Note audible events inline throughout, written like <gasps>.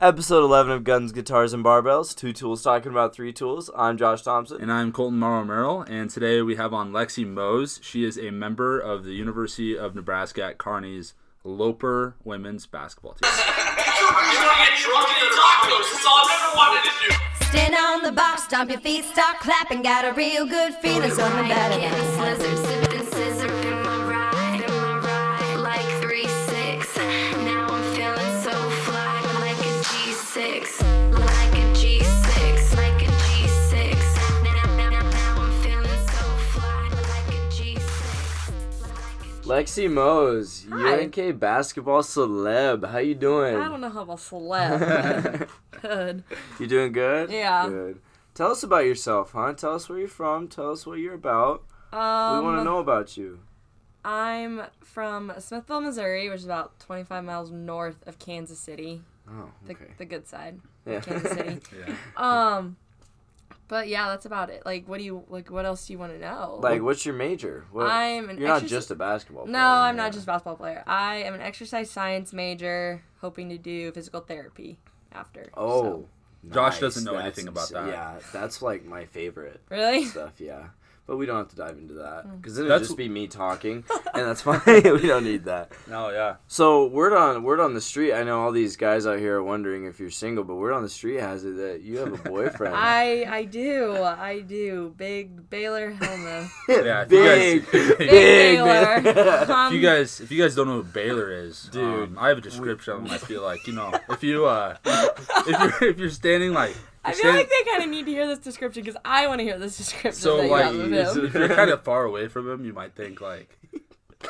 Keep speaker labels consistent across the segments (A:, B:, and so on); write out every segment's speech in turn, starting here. A: Episode 11 of Guns, Guitars, and Barbells. Two tools talking about three tools. I'm Josh Thompson.
B: And I'm Colton Morrow Merrill, and today we have on Lexi Mose. She is a member of the University of Nebraska at Kearney's Loper women's basketball team.
C: You're gonna get drunk and eat tacos. That's all I've ever wanted to do.
D: Stand on the box, stomp your feet, start clapping. Got a real good feeling, something better than
A: Lexi Mose,
E: Hi.
A: UNK basketball celeb. How you doing?
E: I don't know how I'm a celeb.
A: <laughs>
E: but Good.
A: You doing good?
E: Yeah.
A: Good. Tell us about yourself, huh? Tell us where you're from. Tell us what you're about. we want to
E: Um,
A: know about you.
E: I'm from Smithville, Missouri, which is about 25 miles north of Kansas City,
A: Oh,
E: the,
A: okay.
E: the good side,
A: Yeah.
E: Kansas
A: <laughs>
E: City.
B: Yeah.
E: Um, but yeah, that's about it. Like, what do you like? What else do you want to know?
A: like, what's your major? What,
E: I'm an
A: You're not
E: exerci-
A: just a basketball player.
E: no, I'm
A: yeah.
E: not just a basketball player. I am an exercise science major, hoping to do physical therapy after.
A: Oh.
E: so.
B: Josh doesn't know
A: That's
B: anything about
A: insane.
B: that.
A: Yeah, that's like my favorite
E: really?
A: stuff, yeah. But we don't have to dive into that
E: Mm.
A: because it would
B: That's-
A: just be me
E: <laughs>
A: talking, and that's fine. <laughs> we don't need that.
B: Oh, yeah.
A: So word on word on the street, I know all these guys out here are wondering if you're single, but word on the street has it that you have a boyfriend. <laughs>
E: <laughs> <laughs> I I do I do big
A: <laughs>
E: Baylor Helma.
B: Yeah, if you
A: big,
B: <laughs> guys-
A: big,
B: Big
A: <laughs>
E: Baylor.
A: man.
E: Um,
B: If you guys, if you guys don't know who Baylor is,
A: Dude,
B: um, I have a description. I feel like you <laughs> know, if you, uh, if you're, if you're standing like,
E: I feel
B: stand-
E: like they kind of need to hear this description because I want to hear this description.
B: so
E: that you
B: like,
E: have of
A: it's-
E: him.
B: if you're kind of far away from him, you might think like, <laughs>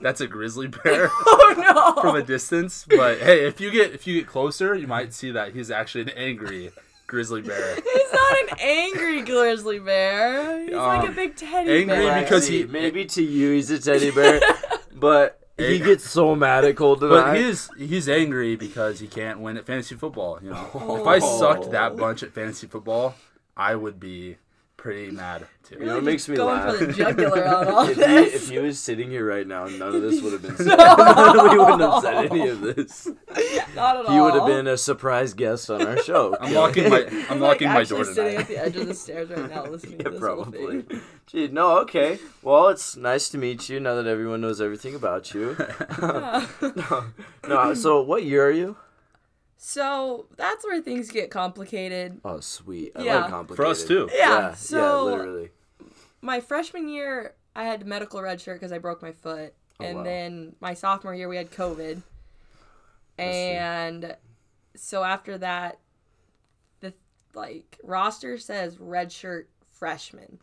B: that's a grizzly bear.
E: <laughs>
B: <laughs>
E: oh no!
B: from a distance. But hey, if you get if you get closer, you might see that he's actually an angry
E: <laughs>
B: grizzly bear.
E: He's not an angry grizzly bear.
A: Oh.
E: He's like a
B: Um,
E: big teddy
B: angry
E: bear.
B: because he-
A: maybe to you he's a teddy
E: <laughs>
A: bear, but he gets so mad at Colton. and
B: But
A: I.
B: he's he's angry because he can't win at fantasy football. You know, if I
A: Oh.
B: sucked that bunch at fantasy football, I would be pretty mad too.
A: You know what makes me
E: going
A: laugh?
E: for the jugular on
A: <laughs>
E: all
A: If
E: this.
A: he, if he was sitting here right now, none of this would have
E: <laughs>
A: been said. <laughs> we wouldn't have said any of this.
E: not at all.
A: He would have been a surprise guest on our show.
E: <laughs>
A: <laughs>
B: I'm locking my I'm
E: He's,
B: locking
E: like,
B: my
E: actually
B: door
E: sitting at
B: tonight.
E: the edge of the stairs right now, listening to
A: Yeah,
E: this whole
A: probably.
E: thing.
A: Gee, no, okay. Well, it's nice to meet you now that everyone knows everything about
E: <laughs>
A: you. <laughs> no, no, so what year are you?
E: So that's where things get complicated.
A: Oh, sweet. I
E: Yeah.
A: like
E: For
A: complicated.
B: For us too.
E: Yeah.
A: Yeah,
E: so
A: yeah, literally.
E: my freshman year, I had medical red shirt because I broke my foot, and
A: Oh, wow.
E: then my sophomore year we had COVID, and so after that, the like roster says red shirt freshman,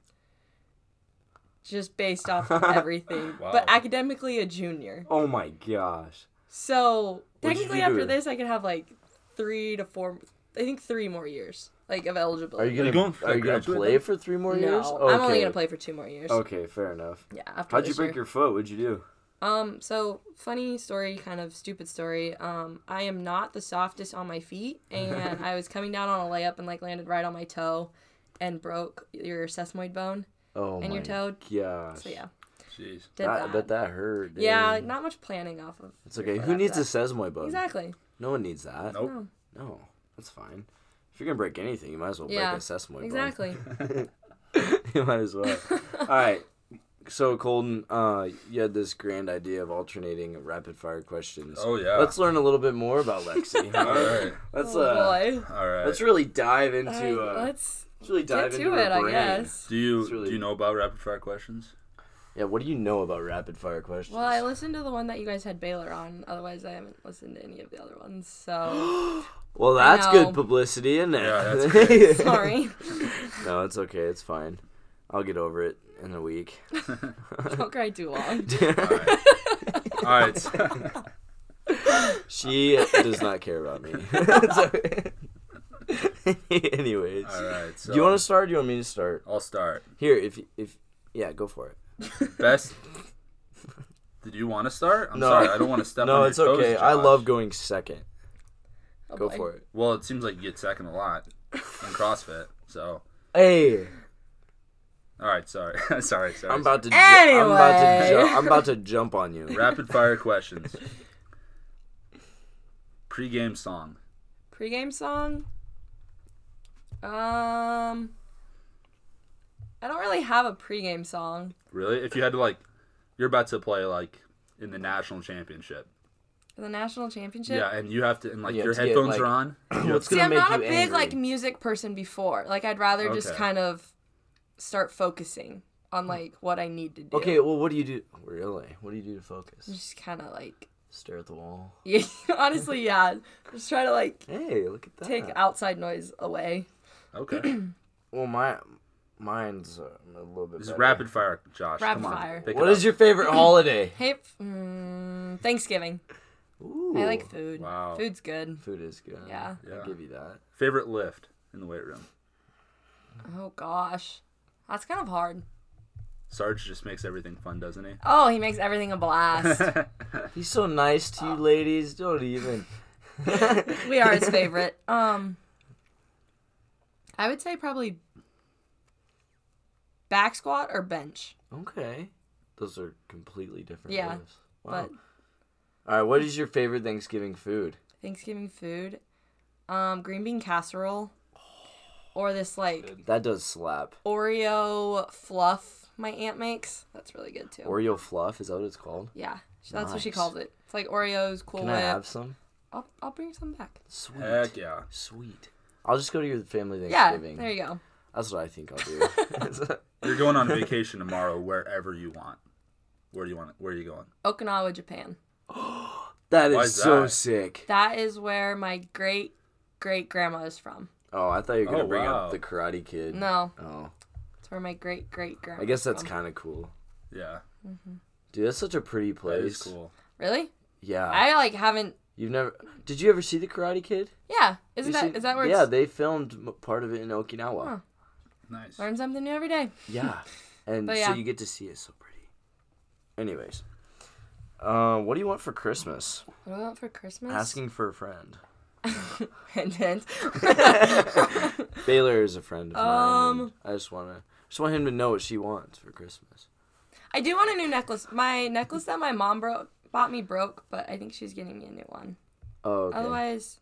E: just based
A: <laughs>
E: off of everything,
B: Wow.
E: but academically a junior.
A: Oh my gosh.
E: So
A: What'd you
E: technically,
A: do
E: after
A: to-
E: this, I could have like three to four, I think three more years like of
A: Are you
E: eligibility.
A: gonna,
B: going for
A: are you gonna
B: graduate
A: play
B: then?
A: for three more
E: No,
A: years?
E: I'm only gonna play for two more years.
A: Okay, fair enough.
E: Yeah, after
A: How'd you
E: this year.
A: break your foot? What'd you do?
E: Um, so funny story, kind of stupid story. Um, I am not the softest on my feet,
A: <laughs>
E: and I was coming down on a layup and like landed right on my toe, and broke your sesamoid bone
A: Oh
E: and
A: my
E: your toe.
A: gosh.
E: So yeah,
B: Jeez.
E: did
A: I
E: that.
A: bet that hurt. dude.
E: yeah, like, not much planning off of.
A: It's okay.
E: for
A: Who
E: that-
A: needs a
E: that.
A: sesamoid bone?
E: Exactly.
A: No one needs that.
B: Nope.
A: No, that's fine. If you're gonna break anything, you might as well
E: Yeah,
A: break a sesamoid bone.
E: Exactly.
A: <laughs> you might as
E: <laughs>
A: well. All right. So Colton, uh, you had this grand idea of alternating rapid fire questions.
B: Oh, yeah.
A: Let's learn a little bit more about Lexi.
B: <laughs> All right.
A: Let's uh,
E: oh boy.
B: All right.
A: let's really dive into
E: Alright,
A: uh, let's,
E: let's
A: really dive
E: get
A: into
E: to
A: her
E: it, I
A: brain.
E: guess.
B: Do you
A: It's really-
B: do you know about rapid
A: <laughs>
B: fire questions?
A: Yeah. What do you know about rapid fire questions?
E: Well, I listened to the one that you guys had Baylor on. Otherwise, I haven't listened to any of the other ones.
A: <gasps>
E: So <laughs>
A: Well, that's
E: know.
A: good publicity, isn't it? <laughs>
B: Yeah, that's
E: <laughs> sorry.
A: no, it's okay. It's fine. I'll get over it in a <laughs> week.
E: Don't cry
A: <laughs>
E: too long.
B: All right. so-
A: She does not care about me. <laughs> It's okay. <laughs> Anyways,
B: All right. So
A: do you want to start? Or do you want me to start?
B: I'll start.
A: Here, if if yeah, go for it.
B: Best. Did you want to start? I'm
A: No.
B: sorry. I don't want to step
A: <laughs>
B: on
A: No,
B: your
A: it's
B: toes,
A: okay. I
B: Josh.
A: love going second.
E: Oh,
A: Go
E: boy.
A: for it.
B: Well, it seems like you get second a lot in CrossFit. So,
A: Hey,
B: all right, sorry, <laughs> sorry, sorry.
A: I'm
B: sorry.
A: about to. Ju- I'm about to. Ju-
E: Anyway.
A: I'm about <laughs> to jump on you.
B: rapid fire questions. Pre-game song.
E: Pre-game song. Um, I don't really have a pre-game song.
B: Really? If you had to like, you're about to play like in the national championship.
E: The national championship.
B: Yeah, and you have to, and like
A: You have
B: your
A: to get,
B: headphones
A: like- <clears throat>
B: are on. You have
A: What's
B: to-
E: See,
A: gonna
E: I'm
A: make
E: not a
A: you
E: big
A: angry?
E: like music person before. Like, I'd rather just
B: Okay.
E: kind of start focusing on like what I need to do.
A: Hmm. Okay, well, what do you do? Really? What do you do to focus?
E: Just kind of like, <laughs>
A: Stare at the wall.
E: yeah, honestly, yeah. Just try to like
A: Hey, look at that. <laughs>
E: take outside noise away.
A: <clears throat>
B: Okay.
A: Well, my mine's uh, a little bit.
B: This is
A: better.
B: rapid fire, Josh.
E: Rapid
B: Come on.
E: fire.
B: Pick
A: What
B: it
A: is
B: up.
A: your favorite
E: <laughs>
A: holiday?
E: Hey, f- mm, Thanksgiving.
A: Ooh.
E: I like food.
B: Wow.
E: Food's good.
A: Food is good.
E: Yeah.
B: Yeah.
A: I'll give you that.
B: favorite lift in the weight room?
E: Oh gosh, that's kind of hard.
B: Sarge just makes everything fun, doesn't he?
E: Oh, he makes everything
A: <laughs>
E: a blast.
A: He's so nice to
E: Oh.
A: you, ladies. Don't even.
E: we are his favorite. Um, I would say probably back squat or bench.
A: Okay. Those are completely different.
E: Yeah,
A: lives. Wow.
E: but-
A: All right. What is your favorite Thanksgiving food?
E: Thanksgiving food, um, green bean casserole, or this like
A: That does slap.
E: Oreo fluff my aunt makes. That's really good too.
A: Oreo fluff. Is that what it's called?
E: yeah, she- that's what she
A: Nice.
E: calls it. It's like Oreos, Cool
A: Can
E: Whip.
A: I have some?
E: I'll, I'll bring some back.
A: Sweet.
B: Heck yeah.
A: Sweet. I'll just go to your family
E: Yeah,
A: Thanksgiving.
E: there you go.
A: That's what I think I'll
E: <laughs>
A: do. <laughs>
B: You're going on vacation tomorrow, wherever you want. Where do you want? Where are you going?
E: Okinawa, Japan.
A: that
B: Why
A: is
B: is
A: so
B: that?
A: sick.
E: That is where my great great grandma is from.
A: Oh, I thought you were gonna
B: Oh,
A: bring
B: wow.
A: up the Karate Kid.
E: No, Um,
A: Oh,
E: it's where my great great grandma.
A: I guess that's kind of cool.
B: Yeah,
A: Dude, that's such a pretty
B: that
A: place.
B: is cool.
E: really.
A: Yeah.
E: I like haven't.
A: You've never? Did you ever see the Karate Kid?
E: Yeah, isn't
A: You
E: that
A: see-
E: is that where?
A: Yeah,
E: it's,
A: they filmed m- part of it in Okinawa.
E: Huh.
B: Nice.
E: learn something new every day.
A: Yeah,
E: <laughs>
A: and
E: But
A: so
E: yeah.
A: you get to see it. So pretty. Anyways, uh, what do you want for Christmas?
E: What do I want for Christmas?
A: Asking for a friend.
E: <laughs> Hint, hint.
A: Baylor is a friend of mine. and
E: Um.
A: I just want to. Just want him to know what she wants for Christmas.
E: I do want a new necklace. My necklace that my mom broke bought me broke, but I think she's getting me a new one.
A: Oh, okay.
E: Otherwise,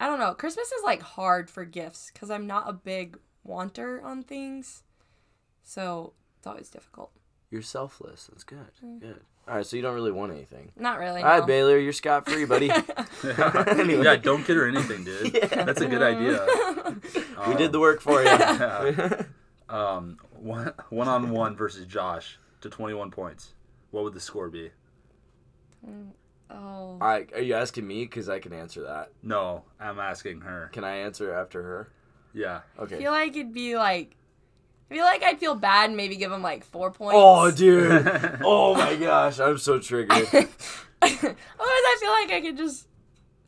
E: I don't know. Christmas is like hard for gifts because I'm not a big wanter on things, so it's always difficult.
A: You're selfless. That's good. Good. All right, so you don't really want anything.
E: Not really.
A: All
E: no.
A: right, Baylor, you're scot free,
E: <laughs>
A: buddy. <laughs> anyway,
B: Yeah, don't get her anything, dude.
A: <laughs>
B: That's a good idea.
A: we did the work for you. <laughs>
B: <laughs> Um, one one on one versus Josh to 21 points. What would the score be?
E: Oh,
A: All right, are you asking me? Because I can answer that.
B: No, I'm asking her.
A: Can I answer after her?
B: Yeah. <laughs>
E: I
A: Okay.
E: feel like it'd be like. I feel like I'd feel bad and maybe give him like four points.
A: Oh, dude.
E: <laughs>
A: oh my gosh, I'm so triggered.
E: Otherwise, I feel like I could just,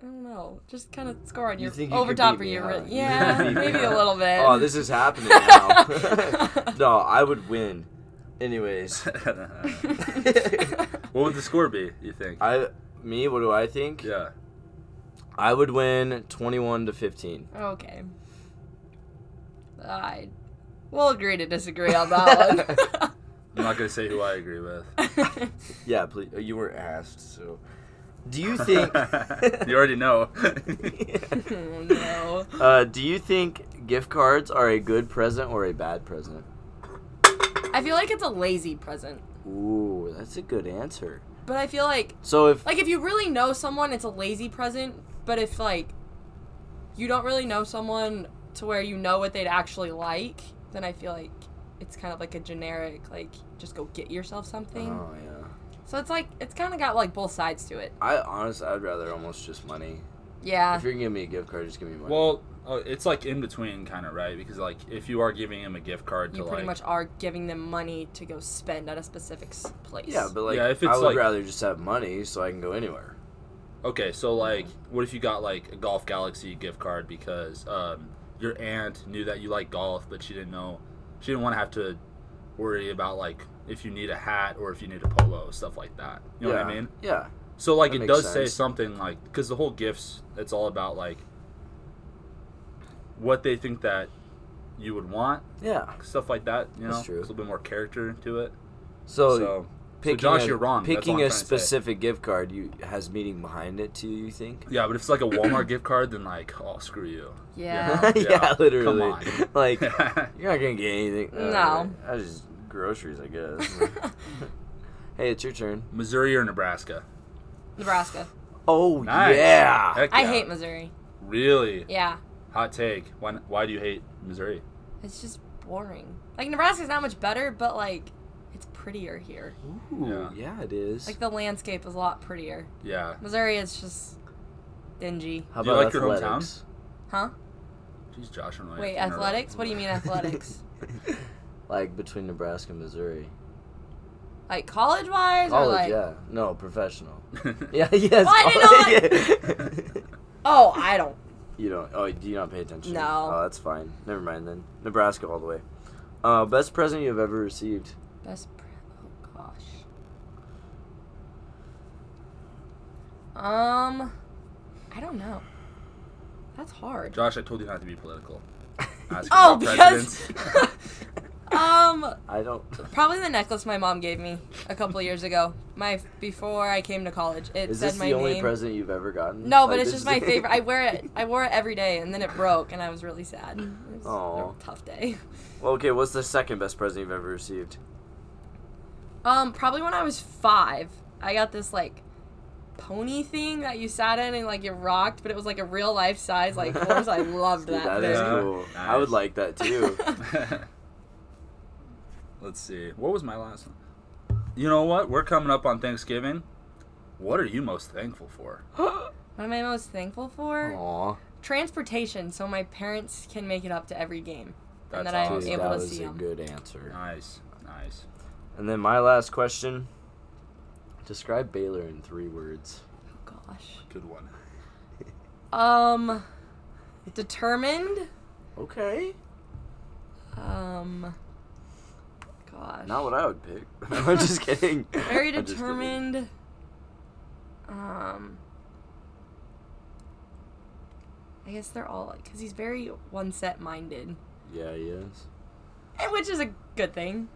E: I don't know, just kind of score on
A: You
E: your
A: think you
E: over
A: could
E: top
A: beat
E: of
A: me,
E: your.
A: huh? <laughs>
E: re-
A: You
E: Yeah,
A: think you could beat me,
E: maybe a
A: huh?
E: little bit.
A: Oh, this <laughs> is happening now. <laughs> no, I would win. Anyways,
B: What would the score be? You think?
A: I me, what do I think?
B: Yeah.
A: I would win 21 to 15.
E: <laughs> okay. I, we'll agree to disagree on that
B: I'm not gonna say who I agree
A: <laughs>
B: with.
E: one. <laughs>
A: Yeah, please. You were asked, so do you think
B: <laughs>
A: <laughs>
B: you already know.
E: oh no.
A: uh, do you think gift cards are a good present or a bad present?
E: I feel like it's a lazy present,
A: Ooh, that's a good answer.
E: but I feel like
A: So if
E: like if you really know someone, it's a lazy present. But if like, you don't really know someone to where you know what they'd actually like, then I feel like it's kind of like a generic like just go get yourself something.
A: Oh yeah.
E: So it's like it's kind of got like both sides to it.
A: I honestly I'd rather almost just money.
E: Yeah.
A: If you're going to give me a gift card, just give me money.
B: well, oh, it's like in between, kind of right? Because like, if you are giving him a gift card
E: You
B: to
E: pretty
B: like,
E: much are giving them money to go spend at a specific s- place.
A: yeah, but like
B: Yeah, if
A: I
B: it's
A: would
B: like-
A: rather just have money so I can go anywhere.
B: okay, so like, what if you got like a Golf Galaxy gift card because um, your aunt knew that you like golf, but she didn't know, she didn't want to have to worry about like if you need a hat or if you need a polo stuff like that. You know
A: yeah.
B: what I mean?
A: Yeah.
B: So like,
A: That
B: it
A: makes
B: does say
A: sense.
B: something like because the whole gifts, it's all about like what they think that you would want
A: Yeah.
B: stuff like that. You know,
A: That's true.
B: It's a little bit more character to it.
A: So,
B: so
A: picking
B: Josh,
A: a,
B: you're wrong. That's
A: Picking
B: all I'm
A: a
B: trying to say.
A: specific gift card you has meaning behind it to you. You think?
B: Yeah, but if it's like a Walmart gift card, then like, oh, screw you.
A: <laughs>
E: Yeah.
B: Yeah,
A: yeah, literally.
B: come on.
A: <laughs>
B: <laughs>
A: Like you're not gonna get anything.
E: No.
A: Uh, I just groceries, I
B: <laughs>
A: guess. hey, it's your turn.
B: Missouri or Nebraska?
E: <laughs> Nebraska.
A: Oh
B: Nice.
A: yeah.
B: Heck
E: I
B: yeah.
E: hate Missouri.
B: Really?
E: Yeah.
B: Hot take. Why, why do you hate Missouri?
E: It's just boring. Like Nebraska's not much better, but like it's prettier here.
A: Ooh,
B: Yeah.
A: yeah. it is.
E: Like the landscape is a lot prettier.
B: Yeah.
E: Missouri is just dingy.
A: How
B: Do you
A: about
B: like your hometown?
A: athletics?
E: Huh?
B: Jeez, Josh and Ryan.
E: Wait,
B: interrupt.
E: athletics? What do you mean athletics?
A: <laughs>
E: <laughs>
A: Like between Nebraska and Missouri.
E: like college wise or
A: College,
E: like
A: yeah. No, professional. <laughs> Yeah, yes.
E: Why
A: college. <laughs>
E: Oh, I don't
A: you don't. Oh, do you not pay attention?
E: No.
A: Oh, that's fine. Never mind then. Nebraska all the way. Uh, best present you've ever received.
E: best pre- oh gosh. Um I don't know. That's hard.
B: <laughs> Josh, I told you not to
E: <laughs>
B: be political. Ask
E: Oh,
B: about
E: because
B: presidents.
E: <laughs> um
A: I <laughs> don't.
E: probably the necklace my mom gave me a couple years ago. My before I came to college, it
A: Is
E: said
A: this
E: my
A: the only
E: name.
A: present you've ever gotten?
E: no,
A: Like,
E: but it's
A: this <laughs>
E: just my
A: is-
E: favorite. I wear it. I wore it every day, and then it broke, and I was really sad. It was a
A: Aw.
E: real tough day. <laughs>
A: Well, okay. What's the second best present you've ever received?
E: Um, probably when I was five, I got this like pony thing that you sat in and like you rocked, but it was like a real life
A: <laughs>
E: size like horse. I loved
A: Dude,
E: that.
A: that
E: thing.
A: is
B: thing.
A: cool.
B: Yeah.
A: I would
B: Nice.
A: like that
E: <laughs>
A: too.
B: <laughs> Let's see. What was my last one? You know what? We're coming up on Thanksgiving. What are you most thankful for?
E: What am I most thankful for?
A: Aw,
E: Transportation, so my parents can make it up to every game, and
B: That's
E: that I'm
A: dude,
B: awesome.
E: able
A: that
E: to
A: was
E: see
A: a
E: them.
A: good answer.
B: Nice. Nice.
A: And then my last question. Describe Baylor in three words.
E: Oh gosh.
B: Good one.
E: Um, determined.
A: Okay.
E: Um, gosh.
A: Not what I would pick. <laughs> I'm just kidding.
E: <laughs> Very
A: I'm just kidding.
E: determined. Um, I guess they're all like, cause he's very one set minded,
A: Yeah, he is.
E: and which is a good thing.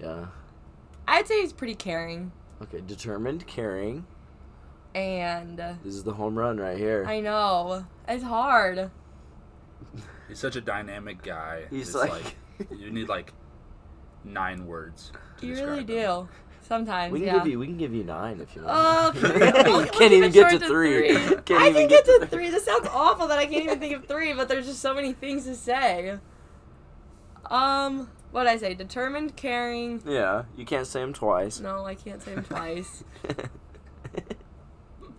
A: Yeah.
E: I'd say he's pretty caring,
A: Okay, determined, caring.
E: and uh,
A: This is the home run right here.
E: I know it's hard.
B: He's such a dynamic guy.
A: He's
B: it's
A: like-
B: you need like nine words. To
E: You
B: describe
E: really
B: him.
E: do. Sometimes,
A: we can
E: yeah.
A: give you we can give you nine if you <laughs>
E: Oh,
A: want.
E: okay. <laughs> We'll- we'll
A: can't
E: keep
A: even
E: it
A: get
E: short
A: to
E: to
A: three.
E: three.
A: <laughs> Can't
E: I
A: even
E: can get to
A: three.
E: three. This sounds awful that I can't even think of three, but there's just so many things to say. Um, what I say? Determined, caring.
A: Yeah, you can't say them twice.
E: No, I can't say him twice.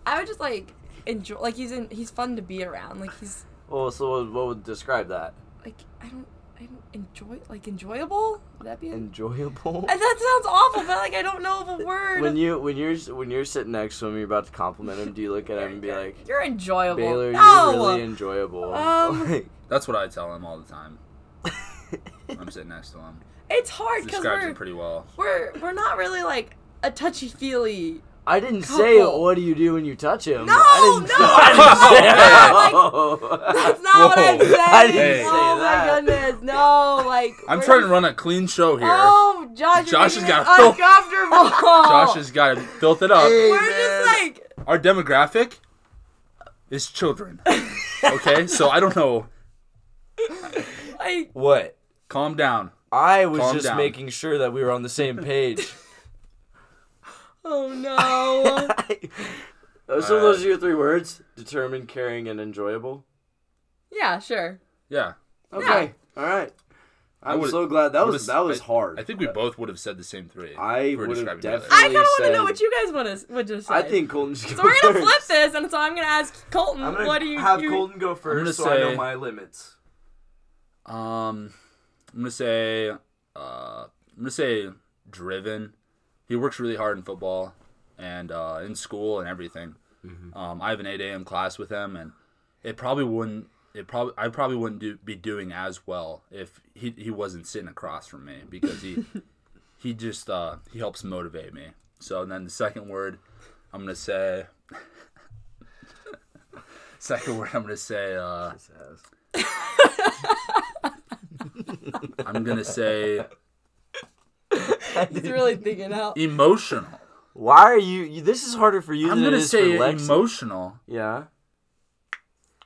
E: I would just like enjoy. Like he's in. He's fun to be around. Like he's
A: <laughs> well, so what- what would describe that?
E: like I don't. I don't enjoy. Like enjoyable. Would that be? And
A: Enjoyable.
E: that sounds awful, but like I don't know of a word.
A: When you when you're when you're sitting next to him, you're about to compliment him. Do you look at him and be
E: <laughs>
A: like,
E: You're enjoyable.
A: Baylor,
E: no.
A: you're really enjoyable? <laughs>
E: Um,
A: Like-
B: That's what I tell him all
E: <laughs>
B: the time. when I'm sitting next to him.
E: it's hard because
B: Describes him
E: we're,
B: pretty well.
E: we're we're not really like a touchy feely
A: I didn't say
E: couple.
A: what do you do when you touch him.
E: No,
A: I didn't,
E: no,
A: <laughs> I didn't
E: <laughs>
A: say <laughs>
E: That's not what I'm
B: Whoa.
E: saying.
A: I didn't
B: say
E: oh
A: that.
E: my goodness, no! Like
B: I'm
E: we're
B: trying to
E: just-
B: run a clean show here.
E: Oh, Josh,
B: Josh
E: Josh
B: has
E: is
B: got a filth-
E: uncomfortable.
B: <laughs> Josh has got to filth it up.
A: Hey.
E: We're just
A: man.
E: like
B: Our demographic is children. Okay, so I don't know.
E: like
A: What?
B: Calm down.
A: I was
B: Calm
A: just
B: down.
A: making sure that we were on the same
B: <laughs>
A: page. <laughs>
E: oh no.
A: Uh, so those are your three words: determined, caring, and enjoyable.
E: yeah, sure.
B: Yeah,
A: Okay. All right. I'm
B: would've-
A: so glad that
B: would've
A: was that was
B: spe-
A: hard.
B: I think we both would have said the same three.
A: I
B: if we were
A: would have
B: describing each other.
A: definitely.
E: I kind of want
A: said-
E: to know what you guys want to would just say.
A: I think Colton's.
E: so. We're gonna flip this, and so I'm gonna ask Colton,
A: <laughs> I'm gonna
E: what do you
A: have
E: you-
A: Colton go 1st
B: gonna
A: so I know
B: say-
A: my limits.
B: Um, I'm gonna say, uh, I'm gonna say driven. He works really hard in football and uh, in school and everything. Um, I have an 8 a.m. class with him, and it probably wouldn't. It probably I probably wouldn't do, be doing as well if he he wasn't sitting across from me because he he just uh, he helps motivate me. So and then the second word, I'm gonna say. <laughs> second word, I'm gonna say. Uh, I'm gonna say
E: He's <laughs> really
A: <laughs>
E: thinking out.
B: Emotional.
A: Why are you, you? This is harder for you
B: I'm
A: than
B: gonna
A: it is
B: say
A: for Lexi.
B: emotional
A: yeah.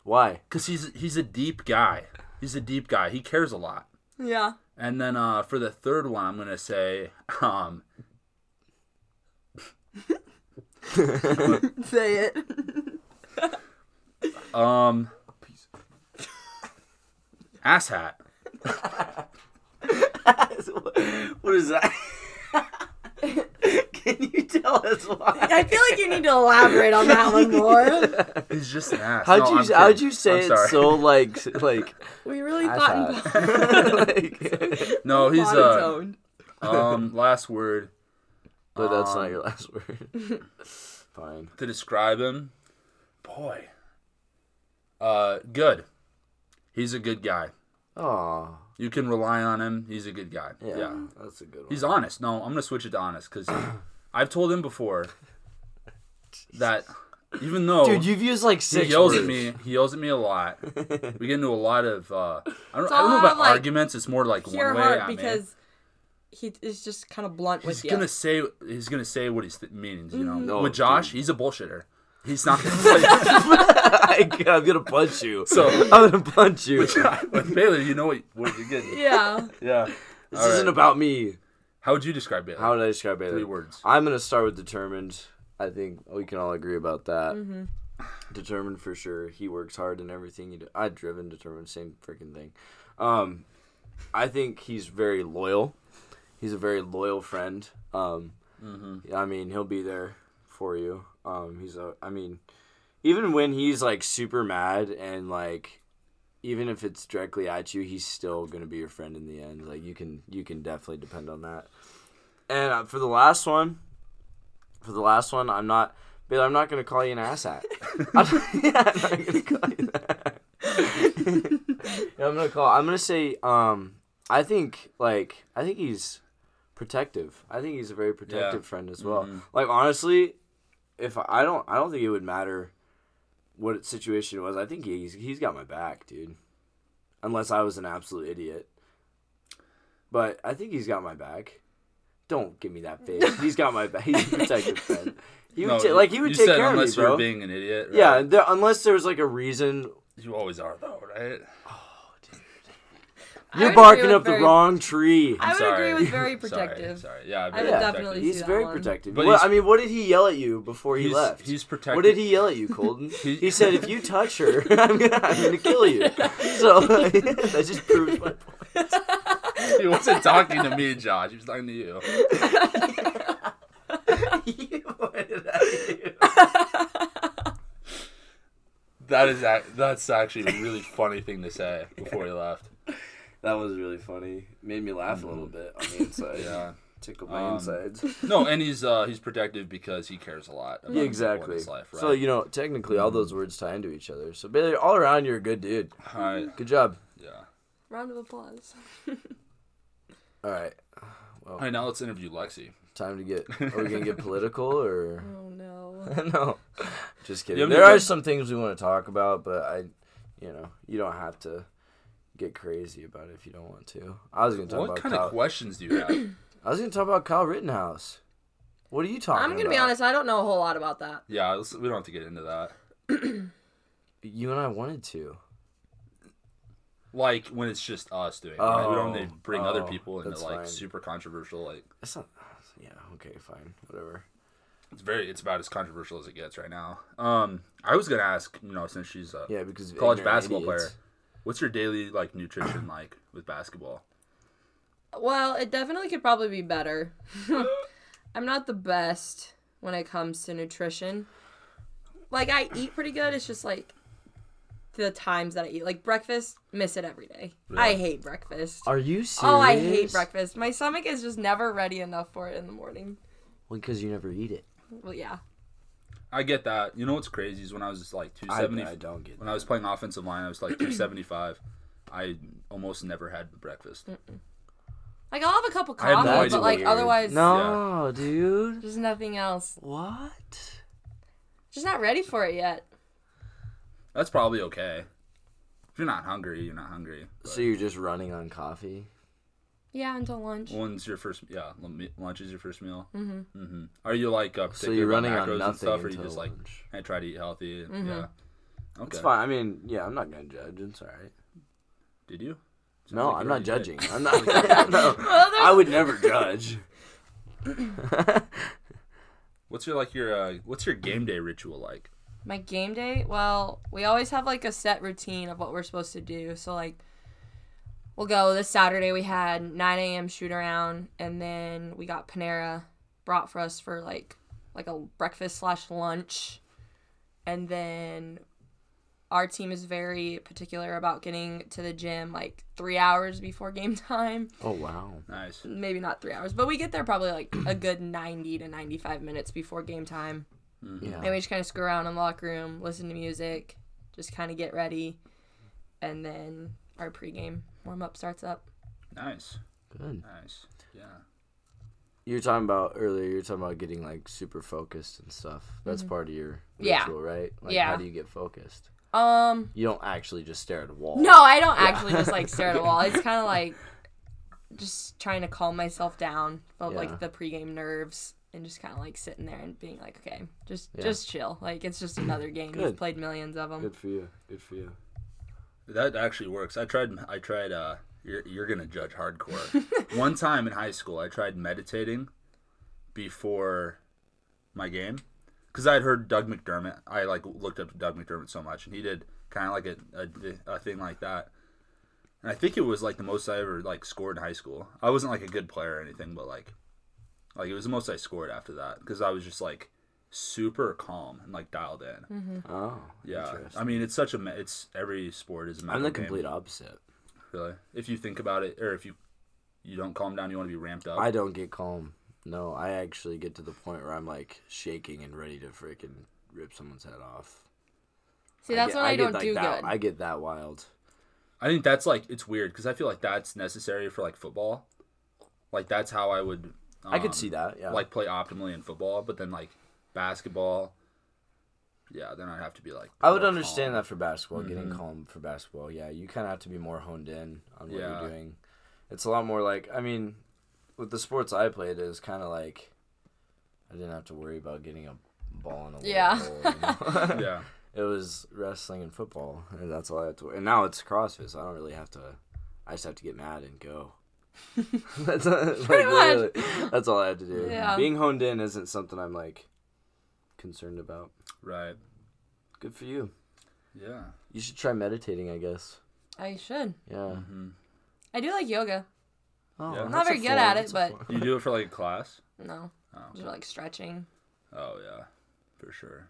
A: Why?
B: because he's he's a deep guy. He's a deep guy. He cares a lot.
E: Yeah.
B: And then uh, for the third one, I'm gonna say um,
E: Say it.
B: um, <laughs> asshat.
A: <laughs> what is that? <laughs> Can you tell us why?
E: I feel like you need to elaborate on that one more.
B: He's just an ass.
A: How'd
B: No, I'm
A: you How'd
B: kidding.
A: you say
B: I'm
A: it
B: sorry.
A: so like s- <laughs> like?
E: We really
A: I
E: thought in
A: <laughs> thought.
E: po-
B: <laughs>
A: like
B: No, he's uh,
E: monotone.
A: <laughs>
B: um last word
A: but that's not
B: Um,
A: your last word.
B: <laughs>
A: Fine.
B: to describe him. Boy. Uh, good. He's a good guy.
A: Aw.
B: You can rely on him. He's a good guy.
A: Yeah,
B: Yeah.
A: that's a good one.
B: He's honest. No, I'm gonna switch it to honest
A: <coughs>
B: because I've told him before that even though
A: Dude, you've used like
B: he
A: six.
B: yells at
A: words. <laughs>
B: me, he yells at me a lot. we get into a lot of uh, I don't,
E: It's
B: I don't
E: all
B: know about
E: like,
B: arguments. It's more like
E: Pure
B: one way.
E: heart
B: I mean.
E: because he is just kind of blunt
B: He's
E: with you.
B: gonna say he's gonna say what he th- means, you know.
E: Mm-hmm.
A: No,
B: With Josh, he's a bullshitter.
A: <laughs>
B: He's not gonna play. <laughs>
A: I, am gonna punch you.
B: So-
A: I'm gonna punch
B: <laughs>
A: you. this
B: with Baylor, you know what, what you're getting.
A: <laughs>
E: <laughs> Yeah.
B: Yeah. All
A: isn't
B: right.
A: about me.
B: How would you describe Baylor?
A: How would I describe Bailey?
B: Three words.
A: I'm gonna start with determined. I think we can all agree about that. Determined for sure. He works hard in everything. He do. I driven, determined, same freaking thing. Um, I think he's very loyal. He's a very loyal friend. Um,
B: Mm-hmm.
A: I mean, he'll be there for you. Um, he's a. I mean, even when he's like super mad and like, even if it's directly at you, he's still gonna be your friend in the end. Like you can you can definitely depend on that. And uh, for the last one, for the last one, I'm not. Babe, I'm not gonna call you an asshat. I'm, yeah, I'm not <laughs> gonna call you that. <laughs> Yeah, I'm gonna call. I'm gonna say. Um, I think like I think he's protective. I think he's a very protective friend as well. Like honestly, if I, I don't, I don't think it would matter what its situation was. I think he's he's got my back, dude. Unless I was an absolute idiot, but I think he's got my back. Don't give me that face.
E: <laughs>
A: He's got my back. He's a protective friend. He would
B: No,
A: ta- like he would
B: you
A: take
B: said
A: care of me,
B: unless
A: bro.
B: you're being an idiot. right?
A: Yeah, there, unless there was like a reason.
B: You always are though, right?
E: I
A: You're
E: would
A: barking
E: agree
A: up
E: with very-
A: the
E: <laughs>
A: wrong tree.
E: I would
A: <laughs>
B: Sorry.
E: agree with very
B: <laughs> Sorry,
E: protective.
B: Sorry. Yeah.
E: I would
B: very
E: definitely-
A: He's
E: that
A: very
E: one.
A: protective.
B: But
A: What-
B: he's-
A: I mean, what did he yell at you before he
B: He's-
A: left?
B: he's
A: What
B: protective.
A: did he yell
B: <laughs>
A: at you, Colton?
B: He-
A: he said, "If you touch her, <laughs> I'm gonna, I'm gonna kill
E: <laughs>
A: you." So <laughs> that just proves my
B: <laughs>
A: point.
B: <laughs> He wasn't talking to me, Josh. He was talking to you.
A: You pointed at you.
B: That is ac that's actually a really funny thing to say before he left.
A: That was really funny. Made me laugh a little bit on the inside.
B: Mm. <laughs> Yeah.
A: Tickled my
B: Um, <laughs>
A: insides.
B: No, and he's uh, he's protective because he cares a lot. About
A: Yeah,
B: people In
A: exactly.
B: his life, right? Mm.
A: So you know, technically, all those words tie into each other. So Bailey, all around, you're a good dude.
B: All right.
A: Good job.
B: Yeah.
E: Round of applause. <laughs>
A: All right,
B: All right. Now let's interview Lexi.
A: time to get. Are we gonna
B: <laughs>
A: get political or? <laughs>
E: Oh no.
A: no, just kidding.
B: Yeah,
A: there
B: maybe-
A: are some things we want to talk about, but I, you know, you don't have to get crazy about it if you don't want to. I was gonna talk
B: What
A: about
B: kind
A: Kyle.
B: of questions do you have?
A: I was gonna talk about Kyle Rittenhouse. What are you talking?
E: I'm gonna be
A: about?
E: honest. I don't know a whole lot about that.
B: yeah. Let's, we don't have to get into that.
A: You and I wanted to.
B: Like when it's just us doing. it, right? We don't need to
A: Oh,
B: bring other
A: oh,
B: people into
A: that's
B: like
A: fine.
B: super controversial. Like
A: That's not. Yeah. Okay. Fine. Whatever.
B: it's very. It's about as controversial as it gets right now. Um, I was gonna ask. You know, since she's a
A: Yeah, because of
B: college
A: ignorant
B: basketball
A: idiots.
B: player, what's your daily like nutrition <clears throat> like with basketball?
E: Well, it definitely could probably be better. <laughs> I'm not the best when it comes to nutrition. Like I eat pretty good. It's just like the times that I eat. Like breakfast, miss it every day. I hate breakfast.
A: Are you serious?
E: Oh, I hate breakfast. My stomach is just never ready enough for it in the morning.
A: Well, because you never eat it.
E: Well, yeah.
B: I get that. You know what's crazy is when I was like two
A: I,
B: seventy.
A: I don't get
B: When
A: that.
B: I was playing offensive line, I was like <clears throat> two seventy five. I almost never had breakfast.
E: Like I'll have a cup of
B: I have no
E: coffee,
B: idea
E: but
B: what
E: like
B: you're-
E: otherwise,
A: No, dude.
E: just nothing else.
A: What?
E: Just not ready for it yet.
B: That's probably okay. If you're not hungry, you're not hungry.
A: So you're just running on coffee?
E: Yeah, until lunch.
B: When's your first? Yeah, lun- me- lunch is your first meal. Mm-hmm. mm-hmm. Are you like
A: So
B: uh, particular
A: you're
B: about
A: running on
B: macros
A: nothing
B: and stuff, or you
A: until
B: just like
A: lunch.
B: I try to eat healthy? and Yeah. Okay.
A: It's fine. I mean, yeah, I'm not gonna judge. It's all right.
B: Did you? Sounds
A: No,
B: like you
A: I'm
B: already
A: not
B: did.
A: judging. I'm not. <laughs> no, I would never judge.
B: What's your like your uh, what's your game day ritual like?
E: My game day, well, we always have like a set routine of what we're supposed to do. So like we'll go this Saturday we had nine AM shoot around and then we got Panera brought for us for like like a breakfast slash lunch. And then our team is very particular about getting to the gym like three hours before game <laughs> time.
A: <laughs> Oh wow.
B: Nice.
E: Maybe not three hours, but we get there probably like a good ninety to ninety five minutes before game time. And
A: Yeah.
E: we just kind of screw around in the locker room, listen to music, just kind of get ready, and then our pregame warm up starts up.
B: Nice.
A: Good.
B: Nice. Yeah.
A: You were talking about earlier. You were talking about getting like super focused and stuff. That's part of your
E: Yeah.
A: ritual, right? Like, How
E: Yeah.
A: do you get focused?
E: Um,
A: You don't actually just stare at a wall.
E: no, I don't actually just like stare at a wall. It's kind of like just trying to calm myself down of
A: Yeah.
E: like the pregame nerves and just kind of like sitting there and being like, okay, just
A: Yeah.
E: just chill. Like it's just another game.
A: Good.
E: We've played millions of them.
A: Good for you. Good for you.
B: That actually works. I tried. I tried. Uh, you're you're gonna judge <laughs> hardcore. One time in high school, I tried meditating before my game because I had heard Doug McDermott. I like looked up to Doug McDermott so much, and he did kind of like a, a a thing like that. And I think it was like the most I ever like scored in high school. I wasn't like a good player or anything, but like like it was the most I scored after that because I was just like super calm and like dialed in.
A: Oh.
B: Yeah,
A: Interesting.
B: I mean it's such a me- it's every sport is a mental
A: I'm the
B: game,
A: complete opposite.
B: really. If you think about it, or if you you don't calm down, you want to be ramped up.
A: I don't get calm. No, I actually get to the point where I'm like shaking and ready to freaking rip someone's head off.
E: See, that's
A: get-
E: when I,
A: get
E: don't
A: like
E: do
A: that,
E: good.
A: I get that wild.
B: I think that's like it's weird because I feel like that's necessary for like football. Like that's how I would. Um,
A: I could see that. Yeah.
B: Like play optimally in football, but then like basketball. Yeah, then I'd have to be like.
A: I would
B: more
A: understand
B: calm.
A: that for basketball, getting calm for basketball. Yeah, you kind of have to be more honed in on what
B: Yeah.
A: you're doing. It's a lot more like I mean, with the sports I played, it was kind of like I didn't have to worry about getting a ball in a little
E: Yeah.
A: hole.
E: <laughs>
A: you know?
B: Yeah,
A: it was wrestling and football, and that's all I had to. And now it's CrossFit, so I don't really have to. I just have to get mad and
E: <laughs>
A: go. that's like,
E: much.
A: literally, That's all I have to do.
E: Yeah.
A: Being honed in isn't something I'm like concerned about.
B: right.
A: Good for you.
B: Yeah.
A: You should try meditating, I guess.
E: I should.
A: Yeah.
E: I do like yoga.
A: Oh,
B: Yeah.
E: I'm
A: that's
E: not
A: a
E: very good
A: form.
E: at it,
A: That's a
E: but
A: form.
B: You do it for like a class.
E: no,
B: Oh.
E: just like stretching.
B: Oh yeah, for sure.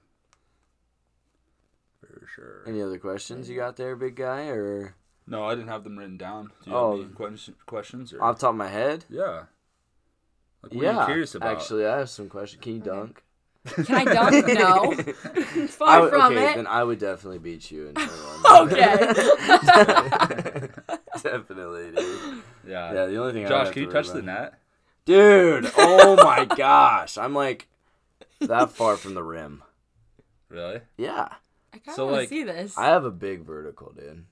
B: For sure.
A: Any other questions you got there, big guy, or
B: No, I didn't have them written down. Do you
A: Oh.
B: have any question, questions? Or?
A: off the top of my head?
B: yeah. Like, what are
A: yeah.
B: you curious about?
A: Actually, I have some questions. Can you dunk?
E: Can I
A: <laughs>
E: dunk? No. <laughs> It's
A: I
E: far
A: would-
E: from
A: okay,
E: it.
A: then I would definitely beat you in turn one. <laughs>
E: <laughs> okay.
A: definitely, dude.
B: yeah.
A: Yeah, the only thing. I
B: Josh,
A: have
B: can
A: to
B: you touch
A: worry
B: the
A: about-
B: net? <laughs>
A: dude? Oh my gosh, I'm like that far from the rim.
B: Really?
A: Yeah,
E: I kind of
B: So,
E: want to
B: like,
E: see this.
A: I have a big vertical, dude.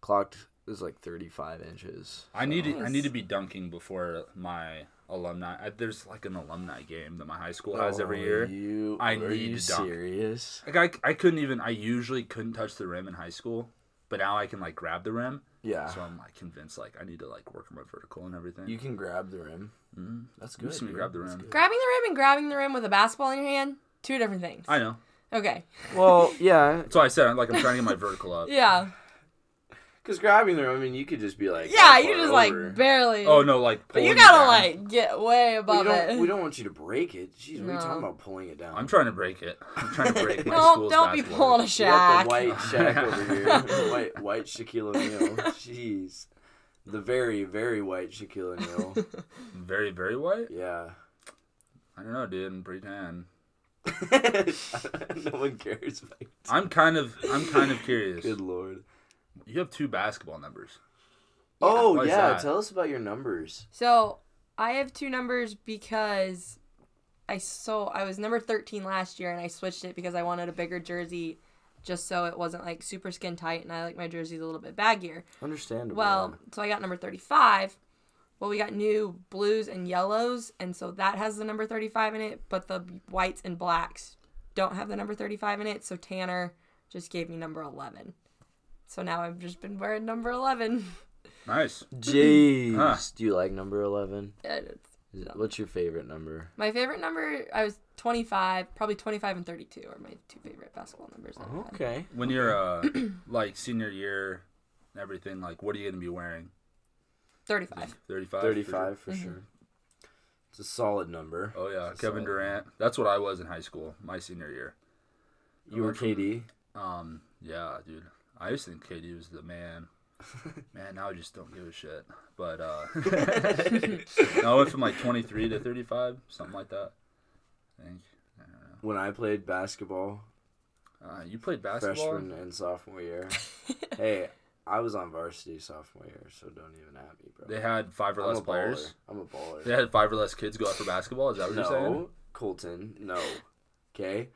A: Clocked is like 35 inches.
B: I need to, I
E: Nice.
B: need to be dunking before my alumni. I, there's like an alumni game that my high school has every
A: Oh,
B: year.
A: You,
B: I
A: are
B: need
A: you
B: to dunk.
A: serious?
B: Like I, I couldn't even. I usually couldn't touch the rim in high school, but now I can like grab the rim.
A: Yeah.
B: So I'm like convinced. Like I need to like work on my vertical and everything.
A: You can grab the rim. That's good.
B: Mm-hmm. just gonna
A: dude.
B: grab the
A: That's
B: rim.
A: good.
E: grabbing the rim and grabbing the rim with a basketball in your hand, two different things.
B: I know.
E: Okay.
A: Well, yeah,
B: That's why I said I'm like I'm trying to get my vertical
E: <laughs>
B: up.
E: Yeah.
A: because grabbing the rim, I mean, you could just be like,
E: Yeah,
A: that
E: you
A: far over.
E: just like barely.
B: Oh no, like
E: But you
B: pulling it
E: gotta
B: down.
E: like get way
A: we
E: above
A: don't,
E: it. <laughs>
A: we don't want you to break it. Jeez, what are you
E: No.
A: talking about pulling it down?
B: I'm trying to break it. I'm trying to
E: <laughs>
B: break my
E: don't
B: school's
E: don't be
B: basketball.
E: pulling a
A: You got
E: shack.
A: the
B: <laughs>
A: white Shaq over here, The white white Shaquille O'Neal.
E: <laughs>
A: Jeez, the very very white Shaquille
E: <laughs>
A: O'Neal.
B: <laughs> Very very white.
A: Yeah, <laughs>
B: I don't know, dude. I'm pretty tan.
A: no one cares. About
B: <laughs>
A: you.
B: I'm kind of I'm kind of curious.
A: Good lord.
B: You have two basketball numbers.
A: Oh
B: Why is
A: yeah,
B: that?
A: tell us about your numbers.
E: So I have two numbers because I so I was number thirteen last year and I switched it because I wanted a bigger jersey just so it wasn't like super skin tight and I like my jerseys a little bit baggier.
A: Understandable.
E: Well, so I got number 35. Well, we got new blues and yellows, and so that has the number 35 in it, but the whites and blacks don't have the number 35 in it, so Tanner just gave me number 11. So now I've just been wearing number 11.
B: Nice.
A: jeez.
B: Huh.
A: Do you like number eleven?
E: <laughs> And it's-
A: What's your favorite number?
E: My favorite number, I was 25, probably 25 and 32 are my two favorite basketball numbers. I've had.
A: Oh, Okay.
B: When you're uh <clears throat> like senior year and everything, like what are you gonna be wearing?
E: 35.
B: 35?
A: Thirty-five for sure. It's a solid number.
B: Oh yeah,
A: It's a
B: Kevin
A: solid-
B: Durant. That's what I was in high school, my senior year.
A: You were KD.
B: Um, yeah, dude. I used to think KD was
A: <laughs>
B: the man. Man, now I just don't give a shit. But uh <laughs> I went from like twenty three to thirty five, something like that. I think.
A: When I played basketball,
B: Uh, you played basketball?
A: freshman and sophomore year. hey, I was on varsity sophomore year, so don't even at me, bro.
B: They had five or
A: I'm
B: less
A: a
B: players.
A: baller. I'm a baller.
B: They had five or less kids go out for basketball. Is that what you're saying?
A: No, Colton, no. Okay?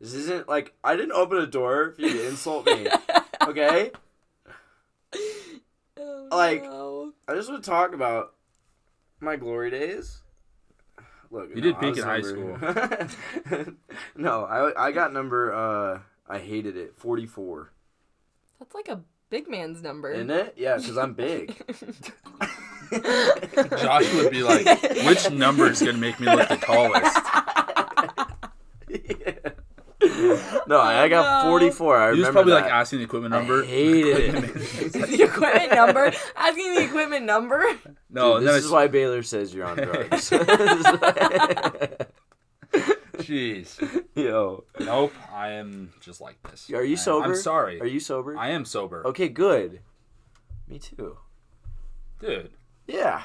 A: This isn't like I didn't open a door for you to insult me. Okay?
E: Oh,
A: Like-
E: no.
A: I just want to talk about my glory days. Look,
B: You did peak in high
A: school. <laughs> no, I I got number uh I hated it. 44.
E: That's like a big man's number.
A: Isn't it? Yeah, cuz I'm
B: <laughs>
A: big.
B: Josh would be like, which number is going to make me look the
A: <laughs>
B: tallest?
A: No, I, I got
E: No.
A: 44. I
B: He was
A: remember
B: probably
A: that.
B: like asking the equipment
A: I
B: number. <laughs>
A: hated it.
E: <laughs> the equipment number? Asking the equipment number? <laughs>
B: No,
A: Dude,
B: and then
A: this is
B: it's-
A: why Baylor says you're on drugs.
B: <laughs> Jeez.
A: <laughs> Yo,
B: Nope. I am just like this.
A: are you
B: I-
A: sober?
B: I'm sorry.
A: Are you sober?
B: I am sober.
A: Okay, good. Me too.
B: Dude.
A: Yeah.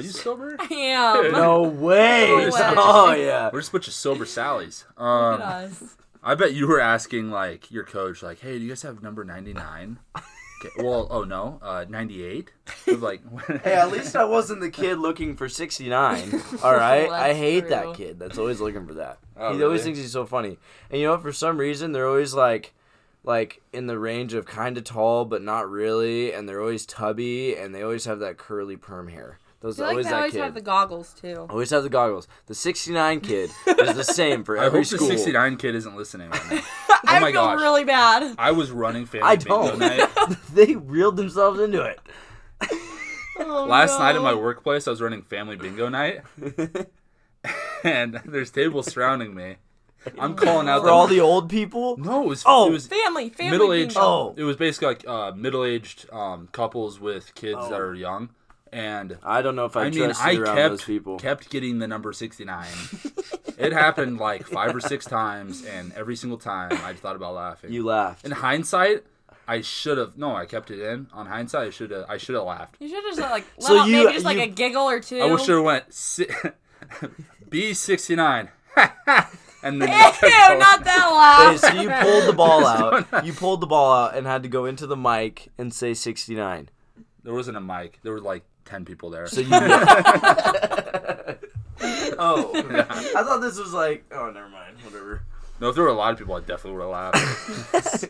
A: <laughs>
B: you sober?
E: Damn. <laughs>
A: No way. <laughs>
E: No way.
A: Oh yeah.
B: We're just a bunch of sober Sallys.
E: <laughs> Look at
B: Um,
E: us.
B: I bet you were asking like your coach, like, "Hey, do you guys have number
A: <laughs>
B: 99?" Okay, well, oh no, uh, 98. Like, <laughs>
A: Hey, at least I wasn't the kid looking for <laughs> 69. All right? I
E: That's
A: hate
E: true.
A: that kid that's always looking for that.
B: Oh,
A: he always
B: really?
A: thinks he's so funny. And you know, what? for some reason, they're always like, like in the range of kind of tall but not really, and they're always tubby, and they always have that curly perm hair. Those
E: I feel
A: always
E: like they
A: that
E: always
A: kid. Oh,
E: have the goggles too.
A: always have the goggles. The 69 kid is
E: <laughs>
A: the same for
B: I
A: every
B: hope
A: school.
B: the 69 kid isn't listening. Right now.
A: oh
E: I
B: my
E: feel
B: gosh.
E: really bad.
B: I was running family
A: I
B: bingo
A: don't.
B: night.
A: <laughs> They reeled themselves into it. Oh
B: Last night at my workplace, I was running family
A: <laughs>
B: bingo night, and <laughs> there's tables surrounding me. I'm calling out
A: For <laughs> all the old people?
B: no, it was
A: Oh.
B: it was
E: Family, family.
B: middle aged.
E: bingo.
A: Oh.
B: It was basically like uh, middle aged um, couples with kids that
A: Oh.
B: are young, and
A: I don't know if I,
B: I mean,
A: trusted
B: I
A: around those people.
B: kept kept getting the number
A: <laughs>
B: sixty nine. it happened like five or six times, and every single time I just thought about laughing.
A: you laughed.
B: in hindsight, I should have. No, I kept it in. On hindsight, I should have. I should have laughed.
E: You should just like
A: <laughs>
E: let
A: So
E: out
A: you-
E: maybe just like
A: you-
E: a giggle or two.
B: I
E: <laughs>
B: wish there went si- <laughs> B sixty nine, <laughs> and then <laughs> I kept
E: Ew,
B: going.
A: <laughs>
E: not that
A: Okay,
E: loud.
A: so
E: <laughs>
A: you pulled the ball out. You pulled the ball out and had to go into the mic and say 69.
B: there wasn't a mic. There were like ten people there. <laughs>
A: So you. oh, <laughs>
B: <laughs>
A: I thought this was like. Oh, never mind. Whatever.
B: no, if there were a lot of people, I definitely would
A: <coughs>
B: have laughed.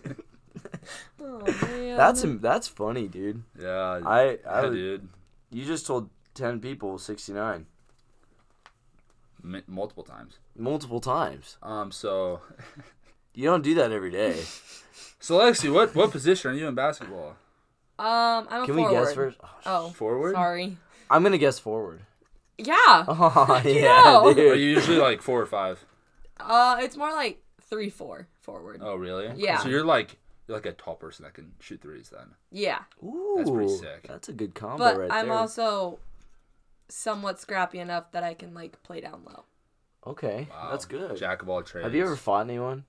E: Oh, man.
A: That's that's funny, dude.
B: Yeah,
A: I I
B: yeah,
A: would-
B: dude,
A: you just told ten people 69
B: M- multiple times.
A: multiple times.
B: Um, so <laughs>
A: You don't do that every
E: <laughs>
A: day.
B: so Lexi, what what position are you in basketball?
E: um. I'm a
A: Can we
E: forward.
A: guess first? Oh, sh-
E: Oh,
B: Forward.
E: sorry.
A: I'm gonna guess
E: <laughs>
A: forward.
E: Yeah.
A: Oh <laughs> yeah,
E: No.
B: Are
A: dude.
B: you usually like four or five?
E: Uh, it's more like three, four forward.
B: Oh, really?
E: Yeah.
B: So you're like you're like a tall person that can shoot threes then.
E: Yeah,
A: Ooh,
B: That's pretty sick.
A: That's a good combo
E: but
A: right
E: I'm
A: there.
E: also somewhat scrappy enough that I can like play down low.
A: okay, that's good.
B: Um, Jack of all trades.
A: Have you ever fought anyone?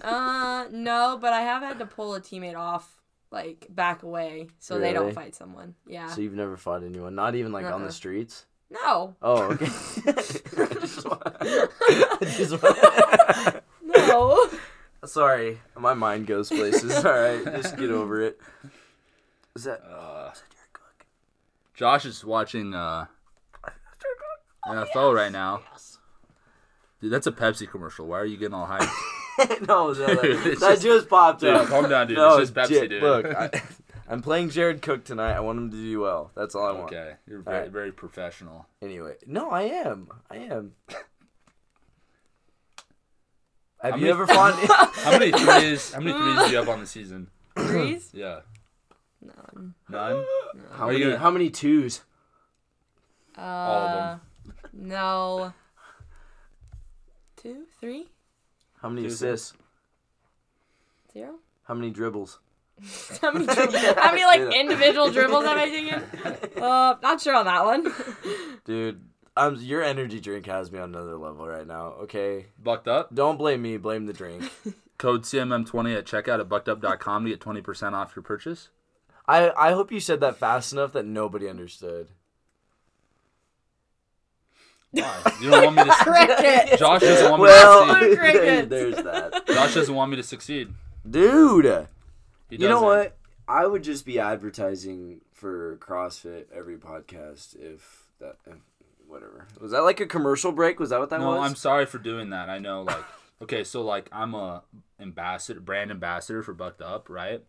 E: Uh, no, but I have had to pull a teammate off, like back away, so they
A: Really?
E: don't fight someone. Yeah.
A: So you've never fought anyone, not even like on
E: Uh-uh.
A: the streets.
E: no,
A: Oh,
B: <laughs>
A: okay. <laughs> I just wanna- I just wanna- <coughs>
E: no.
A: Sorry, my mind goes places. All right, just get over it. Is that? is that Jared Cook?
B: Josh is watching uh NFL right now. Dude, that's a Pepsi commercial. Why are you getting all hyped?
A: no, no, that,
B: It's
A: that
B: just-
A: just popped
B: <laughs> Dude,
A: up.
B: calm down, dude.
A: No,
B: it's just Pepsi,
A: J-
B: dude.
A: Look,
B: <laughs>
A: I, I'm playing Jared Cook tonight. I want him to do well. That's all I want.
B: okay, you're very,
A: right.
B: very professional.
A: Anyway, no, I am. I am. Have
B: How
A: you
B: many-
A: ever
B: <laughs>
A: fought?
B: How many threes? How many threes do you have on the season?
E: Threes?
B: Yeah,
E: None.
B: none.
A: how
B: Are you
A: many?
B: gonna-
A: How many twos?
E: Uh,
B: All of them.
E: No. Two, three,
A: How many
B: Two.
A: assists?
E: zero. <laughs>
A: How many dribbles?
E: How many, drib- how many like
A: Yeah.
E: individual dribbles am I taking? Uh, not sure on that one.
A: Dude, I'm, your energy drink has me on another level right now. Okay,
B: Bucked up.
A: don't blame me. Blame the drink.
B: Code CMM20 at checkout at buckedup.com to get 20% off your purchase.
A: I I hope you said that fast enough that nobody understood.
B: Why? You don't want me
A: <laughs>
B: to.
E: Cricket.
B: Josh doesn't want me to
A: Well,
B: succeed.
A: <laughs> there,
E: Blue crickets.
A: there's that,
B: Josh doesn't want me to succeed.
A: dude.
B: He
A: You know
B: doesn't.
A: what? I would just be advertising for CrossFit every podcast if that, if, whatever. Was that like a commercial break? Was that what that
B: No,
A: was?
B: I'm sorry for doing that. I know, like, <laughs> okay, so like I'm a ambassador, brand ambassador for Bucked Up, right?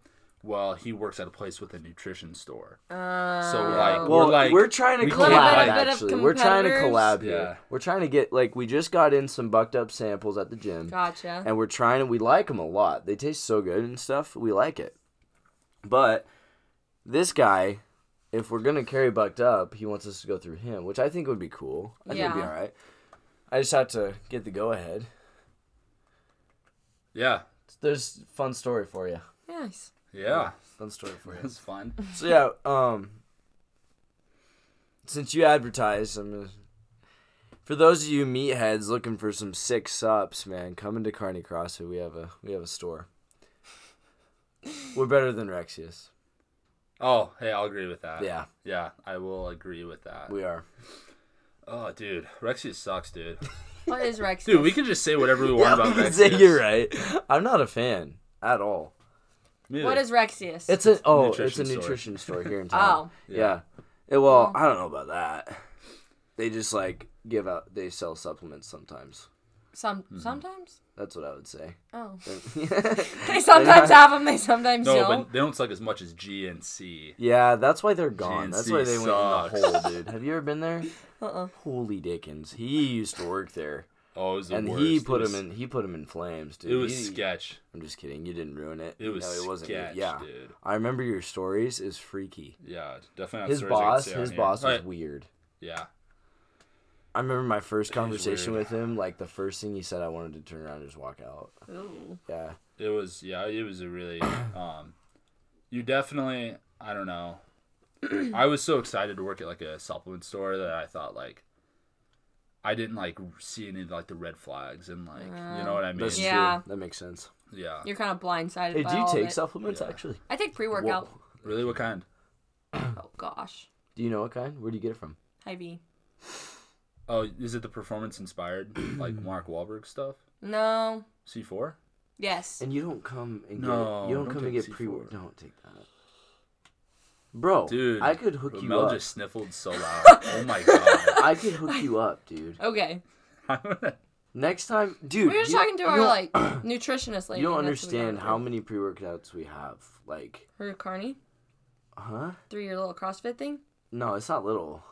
B: Well, he works at a place with a nutrition store, so
E: Oh.
B: like
A: well,
B: we're like
A: trying to
B: we
A: collab
B: can't, like-
E: Little bit of
A: actually. We're trying to collab
E: competitors.
A: here.
B: Yeah.
A: We're trying to get like we just got in some bucked up samples at the gym,
E: Gotcha.
A: and we're trying to we like them a lot. They taste so good and stuff. We like it, but this guy, if we're gonna carry bucked up, he wants us to go through him, which I think would be cool. I think it'd be
E: Yeah.
A: all right. I just have to get the go ahead.
B: yeah,
A: There's fun story for you.
E: Nice.
B: <laughs> yeah,
A: Fun story for you.
B: that's fun.
E: <laughs>
A: So yeah, um, since you advertised, I'm gonna, for those of you meatheads looking for some sick sups, man, come into Carney CrossFit. We have a we have a store. We're better than Rexius.
B: Oh, hey, I'll agree with that.
A: Yeah,
B: yeah, I will agree with that.
A: we are.
B: Oh, dude, Rexius sucks, dude.
E: What is Rex?
B: Dude, we can just say whatever
A: <laughs>
B: we want about Rexius.
A: You're right. I'm not a fan at all.
B: Me
E: What
B: either.
E: is Rexius?
A: It's a oh,
B: Nutrition
A: it's a
B: store.
A: nutrition store, here in town.
E: Oh.
A: yeah. It- well, I don't know about that. They just like give out. They sell supplements sometimes.
E: some
A: Mm-hmm.
E: sometimes.
A: That's what I would say. <laughs>
E: Oh, <laughs> they sometimes have them. They sometimes
B: no,
E: don't.
B: but they don't suck as much as G and C.
A: Yeah, that's why they're gone. That's
B: GNC
A: why they went in the
B: sucks.
A: hole, dude. Have you ever been there?
E: Uh-uh.
A: Holy Dickens! He used to work there,
B: Oh, it was the
A: and
B: worst.
A: he
B: It
A: put
B: was-
A: him in. He put him in flames, dude.
B: It was
A: He-
B: sketch.
A: I'm just kidding. You didn't ruin it.
B: It was
A: you.
B: sketch,
A: Yeah,
B: dude.
A: I remember your stories. Is freaky.
B: Yeah, definitely. not
A: His
B: stories I can
A: boss,
B: say on
A: his
B: here.
A: boss was
B: Alright,
A: weird.
B: Yeah.
A: I remember my first conversation
B: weird.
A: with him. Like the first thing he said, I wanted to turn around and just walk out.
E: Ooh.
A: Yeah,
B: It was yeah, it was a really um you definitely I don't know. I was so excited to work at like a supplement store that I thought like I didn't like see any of like the red flags and like you know what I mean?
A: that's
E: Yeah.
A: true. That makes sense.
B: Yeah.
E: You're kind of blindsided
A: Hey,
E: by
A: do you
E: all of
A: take
E: it.
A: supplements
B: Yeah.
A: actually?
E: I take pre-workout.
A: Whoa.
B: Really what kind?
E: Oh gosh,
A: Do you know what kind? Where do you get it from?
E: high V.
B: Oh, is it the
A: <clears throat>
B: performance inspired like Mark Wahlberg stuff?
E: No.
B: C four?
E: Yes.
A: And you don't come and get
B: No,
A: you don't,
B: don't
A: come and
B: take
A: get
B: C4.
A: pre work. Don't take that, bro.
B: Dude.
A: I could hook you
B: Mel
A: up.
B: just sniffled so loud.
A: <laughs>
B: oh my god.
A: I could hook
B: <laughs>
A: you up, dude.
E: Okay.
A: Next time, dude.
E: We were just
A: you-
E: talking to
A: you
E: our
A: don't- <clears throat>
E: like nutritionist lady.
A: You don't
E: and that's what we
A: understand
E: got
A: how many pre workouts we have. Like,
E: Her Her Carney
A: huh?
E: through your little CrossFit thing.
A: No, it's not little.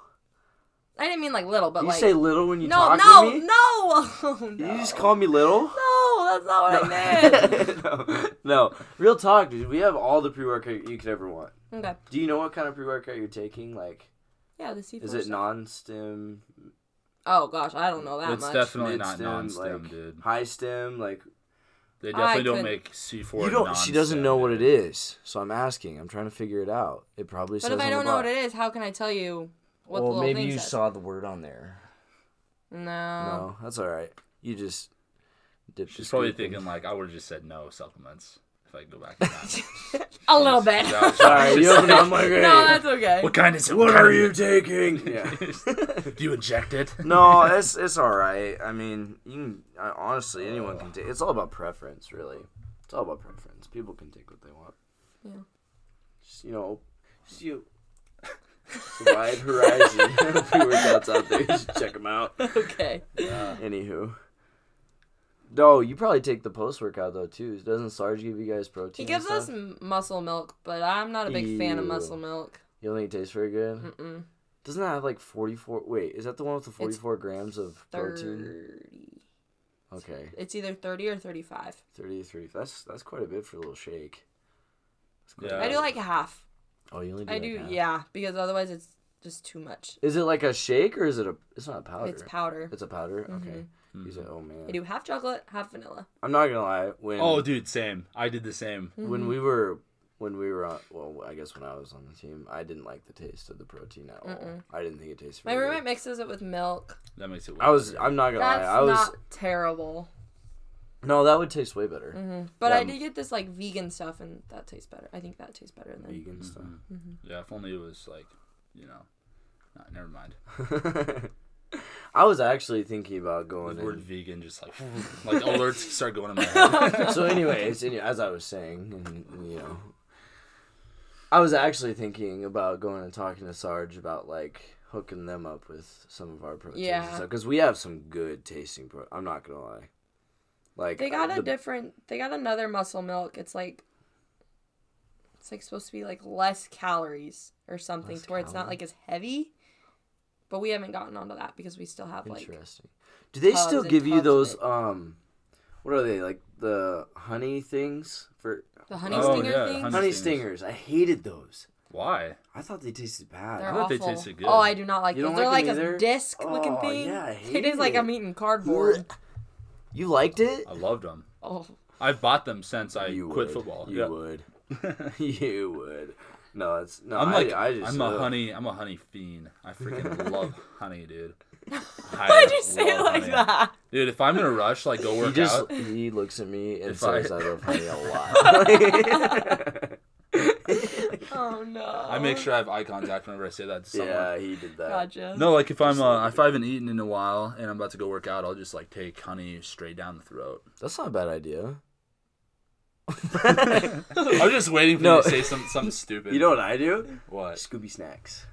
E: I didn't mean like little, but
A: you
E: like
A: say little when you
E: no,
A: talk
E: no,
A: to me.
E: no, <laughs> Oh, no,
A: You just call me
E: <laughs>
A: little. <laughs>
E: no. That's not what I meant.
A: no, no, real talk, dude. We have all the pre workout you could ever want.
E: okay.
A: Do you know what kind of pre workout you're taking? Like,
E: Yeah, the C4.
A: is it
E: stuff.
A: non-stem
E: Oh gosh, I don't know that
B: it's
E: much.
B: definitely
A: mid
B: not
A: stem,
B: non stem,
A: like,
B: dude.
A: High stem, like
B: They definitely don't
E: couldn't-
B: make C four.
A: you don't. She doesn't know what it is, so I'm asking. I'm trying to figure it out. It probably.
E: But if I don't know what it is, how can I tell you what the
A: well,
E: little
A: maybe
E: thing
A: you
E: says? Oh.
A: saw the word on there.
E: No.
A: No, that's all right. You just. Dipped
B: She's probably thinking like, I would have just said no supplements if I could go back to that.
E: A little bit. <laughs>
B: That was- <laughs>
A: Sorry, you open up like, hey,
E: no, that's
A: <laughs>
E: okay.
B: what kind is it?
A: what
B: kind
A: are
B: of-
A: you
B: <laughs>
A: taking? Yeah.
B: Do you inject it?
A: <laughs> no, it's it's all right. I mean, you can I, honestly anyone can take. It's all about preference, really. It's all about preference. People can take what they want.
E: Yeah.
A: Just you know, just you. It's a wide horizon <laughs> of pre workouts out there. You should check them out.
E: Okay.
A: Anywho, No, you probably take the post workout though too. Doesn't Sarge give you guys protein?
E: He gives
A: and
E: us
A: stuff?
E: m- muscle milk, but I'm not a big fan of
A: Ew.
E: muscle milk.
A: You don't think it tastes very good?
E: Mm-mm.
A: Doesn't that have like forty four? Wait, is that the one with the forty four grams of protein?
E: Thirty.
A: Okay,
E: It's either thirty or thirty-five.
A: thirty three. That's that's quite a bit for a little shake. That's quite a
B: Yeah.
A: bit.
E: I do like half.
A: Oh, you only do.
E: I
A: like
E: do,
A: half.
E: yeah, because otherwise it's just too much.
A: Is it like a shake or is it a? It's not a powder.
E: It's powder. Mm-hmm.
A: It's a powder. Okay.
B: Mm-hmm.
A: He's like, oh man.
E: I do half chocolate, half vanilla.
A: I'm not gonna lie. When
B: Oh, dude, same. I did the same.
E: Mm-hmm.
A: when we were when we were on well i guess when i was on the team i didn't like the taste of the protein at all i didn't think it tasted
E: My
A: very
E: roommate
A: good.
E: mixes it with milk.
B: That makes it. Weird.
A: i was i'm not gonna
E: That's
A: lie i was
E: not terrible.
A: no that would taste way better
E: But I
A: Um,
E: did get this like vegan stuff, and that tastes better. I think that tastes better than
A: vegan stuff
B: Yeah, if only it was like, you know, nah, never mind. Mm-hmm.
A: <laughs> i was actually thinking about
B: The
A: going
B: word
A: in.
B: vegan just
A: <laughs>
B: like like alerts start going in my head.
A: so anyways any- as i was saying and you know i was actually thinking about going and talking to sarge about like hooking them up with some of our proteins
E: Yeah.
A: because we have some good tasting pro i'm not gonna lie like
E: They got a
A: the-
E: different. They got another muscle milk. It's like. It's like supposed to be like less calories or something,
A: Less
E: to where it's not like as heavy. But we haven't gotten onto that because we still have like.
A: Interesting. Do they
E: pubs
A: still
E: and
A: give you
E: pubs of
A: those
E: it.
A: um what are they like the honey things for
E: The honey
B: Oh,
E: stinger
B: yeah,
E: things.
B: honey-
A: honey
B: stingers.
A: stingers. I hated those.
B: Why?
A: I thought they tasted bad.
E: They're
B: thought they
E: awful.
B: tasted good.
E: Oh, I do not like
A: You
E: those.
A: don't
E: They're
A: like
E: like,
A: them either?
E: a disc looking
A: Oh,
E: thing.
A: yeah, I
E: it
A: hate
E: is like I'm
A: it.
E: eating cardboard.
A: You liked it?
B: I loved them.
E: <laughs> oh, <laughs>
B: I've bought them since I
A: you
B: quit
A: would.
B: football.
A: You
B: Yeah.
A: would.
B: <laughs>
A: <laughs> you would. No, it's no.
B: I'm
A: i
B: like
A: I, just uh,
B: am a
A: ugh.
B: honey. I'm a honey fiend. I <laughs> freaking love honey, dude.
E: why
B: Why'd
E: did you say it like that?
B: dude? If I'm in a rush, like go
A: He
B: work
A: just
B: out.
A: he looks at
B: <laughs>
A: me and
B: If I-
A: says I love honey a lot. <laughs>
E: Oh no.
B: I make sure I have eye contact whenever I say that to <laughs> someone.
A: yeah, he did that.
E: Gotcha.
B: No, like if I'm uh, if I haven't eaten in a while and I'm about to go work out, I'll just like take honey straight down the <laughs> throat.
A: That's not a bad
B: <laughs>
A: idea.
B: I'm just waiting for
A: No.
B: you to say some <laughs> something stupid.
A: You know what I do?
B: What?
A: Scooby snacks.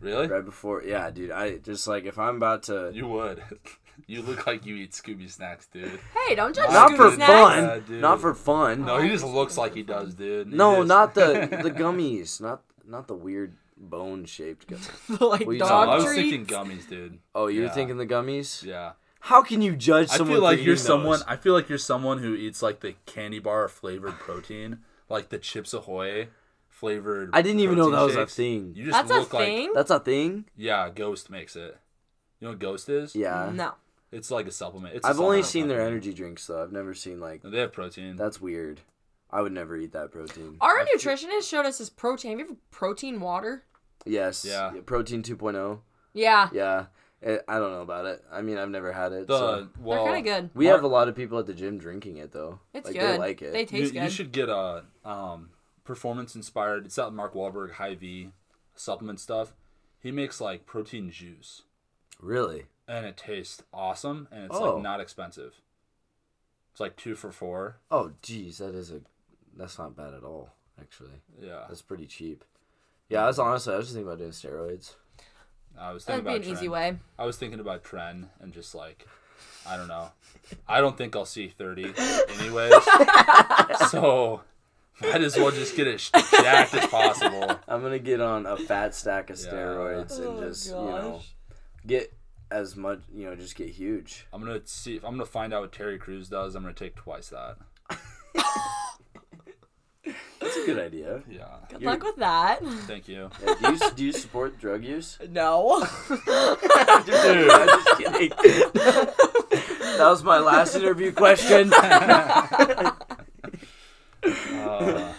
B: Really?
A: Right before, yeah, dude. I just like if I'm about to.
B: You would. <laughs> you look like you eat Scooby snacks, <laughs> dude.
E: Hey, don't judge
A: not
E: Scooby
A: for
E: snacks.
A: fun.
B: Yeah, dude.
A: not for fun.
B: No, he just looks like he does, dude. He
A: No,
B: just-
A: not
B: <laughs>
A: the the gummies. Not not the weird bone shaped gummies.
E: <laughs> like
A: Well, you
B: No,
E: dog
B: I was
E: treats.
B: thinking gummies, dude.
A: Oh, you're
B: Yeah.
A: thinking the gummies?
B: Yeah.
A: How can you judge
B: I
A: someone?
B: feel like
A: for
B: you're
A: eating
B: someone.
A: those?
B: I feel like you're someone who eats like the candy bar flavored protein, like the Chips Ahoy flavored.
A: I didn't even know
B: protein
A: that was a
B: shakes.
A: thing.
B: You just
E: That's a
B: look like
E: thing.
A: That's a thing.
B: yeah, Ghost makes it. You know what Ghost is?
A: Yeah.
E: no.
B: It's like a supplement. It's a
A: I've only
B: supplement
A: seen their
B: company.
A: energy drinks though. I've never seen like
B: They have protein.
A: that's weird. I would never eat that protein.
E: Our nutritionist showed us his protein. Have you ever protein water?
A: Yes.
B: Yeah.
A: Protein 2.0.
E: Yeah.
A: Yeah. Eh, I don't know about it. I mean, I've never had it.
B: the
A: so.
B: well,
E: They're kind of good.
A: We
B: Mar-
A: have a lot of people at the gym drinking it though.
E: It's
A: like,
E: good.
A: They like it.
E: They
B: You,
E: taste
B: you
E: good.
B: should get a um, performance inspired. It's that Mark Wahlberg high V supplement stuff. He makes like protein juice,
A: really?
B: and it tastes awesome, and it's
A: Oh.
B: like not expensive. It's like two for four.
A: Oh, geez, that is a. That's not bad at all. Actually,
B: Yeah,
A: that's pretty cheap. Yeah, I was honestly, I was just thinking about doing
B: <laughs>
A: steroids.
B: I was thinking
E: That'd be an
B: about
E: easy
B: Tren.
E: way.
B: I was thinking about Tren and just like, I don't know. I don't think I'll see thirty, anyways.
E: <laughs>
B: so, might as well just get as jacked as possible.
A: I'm gonna get on a fat stack of
B: Yeah. Oh,
A: steroids
E: Oh,
A: and just you know get as much you know just get huge.
B: I'm gonna see. If, I'm gonna find out what Terry Crews does. I'm gonna take twice that.
A: That's a good
E: <laughs>
A: idea.
B: Yeah.
E: Good luck with that. <laughs>
B: Thank you.
A: Yeah, do you do you support drug use?
E: No.
A: <laughs> I'm just kidding. <laughs> that was my last interview
E: <laughs>
A: question.
B: Uh,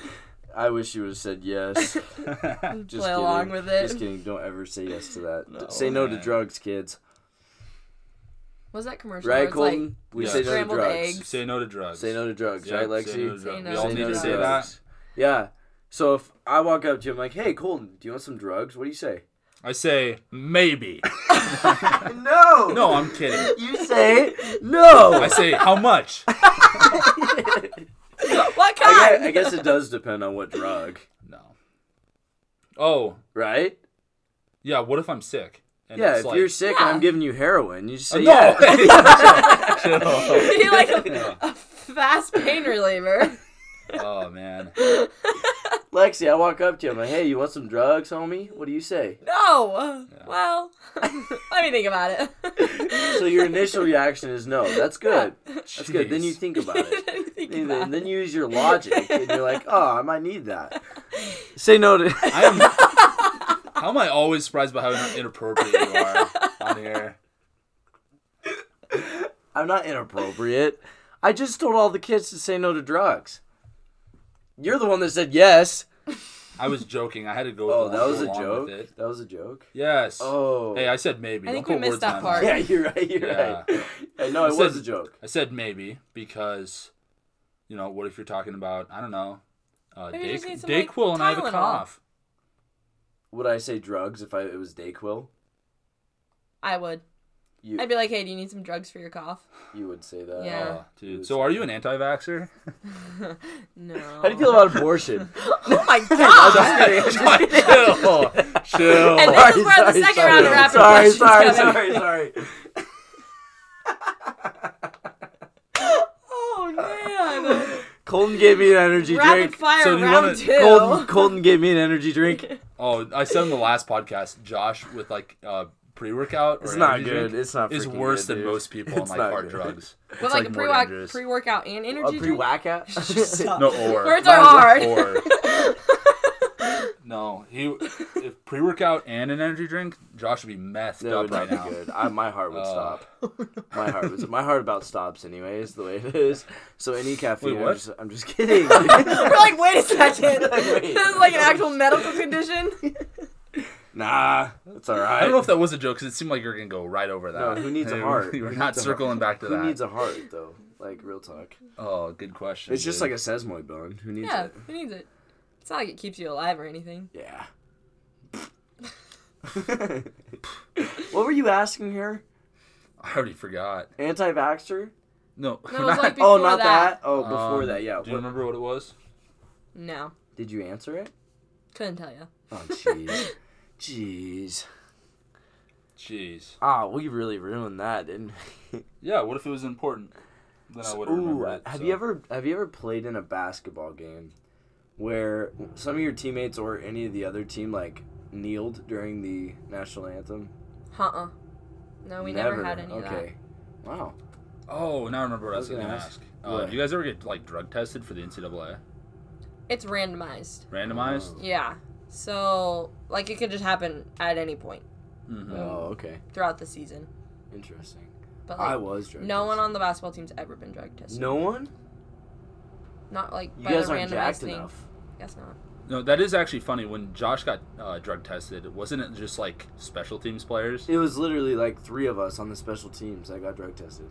A: I wish you would have said yes. Just
E: Play along with it.
A: Just kidding. Don't ever say yes to that. say no to
B: man.
A: drugs, kids.
E: was that commercial? where
A: Right,
E: it's like,
A: Colton? we
B: Yeah.
A: say no to
E: Scrambled
A: drugs.
E: eggs.
B: say no to drugs.
A: Say no to drugs,
B: Yeah,
A: right, Lexi?
B: say no to drugs.
E: Say no
B: we
E: to
B: all
E: drugs.
B: need to
E: Say
B: say
E: no to
B: that.
A: Yeah. So if I walk up to you, I'm like, "Hey, Colton, do you want some drugs?" What do you
E: <laughs>
A: say?
B: I say maybe.
A: No.
B: No, I'm kidding.
A: You say
B: I
A: <laughs> no.
B: say how much?
E: what
A: I
E: kind?
A: guess, I guess it does depend on what drug,
B: No. Oh
A: right?
B: yeah. What if I'm sick And
A: Yeah, Oh,
B: it's
A: if
B: like-
A: you're sick and
E: Yeah.
A: I'm giving you heroin, you just
B: Uh,
A: say yeah. <laughs>
B: no. <laughs>
E: <laughs>
B: Chill.
E: Be like a, a fast pain
A: <laughs>
E: reliever.
B: oh man.
A: Lexi, I walk up to you. I'm like, hey, you want some drugs, homie? What do you say?
E: No. Well, <laughs> let me think about it. <laughs>
A: So your initial reaction is no. That's good. That's good. Then
B: Jeez.
A: you think about it.
E: Let me <laughs> think
A: And
E: about
A: then,
E: it.
A: then you use your logic, and you're like, oh, I might need
E: <laughs>
A: that. Say no to. <laughs>
B: I am. How am I always surprised by how inappropriate you are on here?
A: I'm not inappropriate. I just told all the kids to say no to drugs. You're the one that said yes.
B: I was joking. I had to go.
A: Oh,
B: along-
A: that was
B: go
A: a
B: along
A: joke.
B: with it.
A: That was a joke.
B: Yes.
A: Oh.
B: <laughs> Hey, I said maybe.
E: I
B: Don't
E: think
B: put
E: we missed
B: words
E: that
B: in my
E: part.
B: mouth.
A: yeah, you're right. You're
B: Yeah.
A: right. <laughs> Hey, no, it
B: I
A: was
B: said-
A: a joke.
B: I said maybe because, you know, what if you're talking about I don't know, uh,
E: Maybe you
B: Day-
E: just need some, like,
B: Dayquil and I have a
E: Tylenol.
B: cough.
A: Would I say drugs if I it was Dayquil?
E: I would.
A: You
E: I'd be like, hey, do you need some drugs for your cough?
A: you would say that.
E: Yeah.
B: Oh, dude. So are you an anti-vaxxer?
E: No.
A: How do you feel about
E: <laughs>
A: abortion? <laughs>
E: Oh my god! <laughs>
A: <laughs>
B: chill, chill.
E: And this is where the second round of rapid
A: sorry,
E: questions
A: sorry,
E: come in.
A: sorry,
B: <laughs>
A: sorry.
E: Oh man!
A: Colton gave me an energy
E: Rapid
A: drink.
E: fire
B: So do you
E: round
B: wanna-
E: two.
A: Colton, Colton gave me an energy
E: <laughs>
A: drink.
B: Oh, I said in the last podcast, Josh with like uh, pre-workout. Or
A: It's not
B: energy
A: good.
B: drink
A: It's not
B: Is
A: freaking
B: worse
A: good,
B: than
A: dude. <laughs>
B: most people on
A: It's
B: like
A: not
B: hard
A: good. <laughs>
B: drugs. It's
E: But like,
B: more
E: a pre-work,
B: dangerous.
E: pre-workout and
A: A
E: energy drink.
A: pre-whack out.
B: No, or
E: Words are
B: Mine's
E: hard. <laughs>
B: a four. no, he if pre-workout and an energy drink, Josh would be messed
A: That
B: up
A: would not
B: right
A: be
B: now.
A: good. I, my heart would
B: Uh, <laughs>
A: stop. My heart was my heart about stops anyways the way it is. So any caffeine,
B: what?
A: I'm, just, I'm just kidding. <laughs>
E: <laughs> We're like, wait a second.
A: Wait.
E: <laughs> This is like an
A: <laughs>
E: actual medical condition.
A: nah, it's all right.
B: I don't know if that was a joke because it seemed like you're gonna go right over that.
A: No, who needs
B: <laughs>
A: a heart?
B: We're
A: Who
B: not
A: needs a heart?
B: circling back to
A: Who
B: that.
A: needs a heart though? Like real talk.
B: oh, good question.
A: It's just like
B: dude.
A: a sesmoid bone. Who needs
E: Yeah,
A: it?
E: who needs it? It's not like it keeps you alive or
A: <laughs>
E: anything.
A: Yeah. what were you asking her?
B: I already forgot.
A: Anti-vaxxer?
B: No,
E: No, it was like
A: oh,
E: Before
A: not that.
E: that.
A: Oh, before
B: Um,
A: that. Yeah.
B: <laughs> Do you
A: What,
B: remember what it was?
E: No,
A: did you answer
B: <laughs>
A: it?
E: couldn't tell you.
A: Oh, jeez. jeez.
B: Jeez.
A: Ah, we really ruined that, didn't we?
B: Yeah. What if it was important? Then I would have
A: Ooh,
B: remembered. it,
A: have
B: so.
A: you ever have you ever played in a basketball game where some of your teammates or any of the other team like kneeled during the national anthem?
E: Uh uh. No, we never, had any of that.
A: Okay. Wow.
B: Oh, now I remember what I was
A: was
B: gonna
A: gonna ask.
B: ask. Uh,
A: What?
B: do you guys ever get like drug tested for the NCAA?
E: It's randomized.
A: Oh.
B: Randomized?
E: Yeah. So, like, it could just happen at any point
B: Mm-hmm.
A: Oh, okay.
E: throughout the season.
A: Interesting.
E: Mm. But
A: I
E: like,
A: was drunk.
E: no one on the basketball team's ever been drug tested.
A: No one?
E: Not like
A: You
E: by
A: guys
E: the
A: aren't
E: randomized
A: jacked
E: thing.
A: enough.
E: Guess not.
B: No, that is actually funny. When Josh got uh, drug tested, wasn't it just like special teams players?
A: It was literally like three of us on the special teams that got drug tested.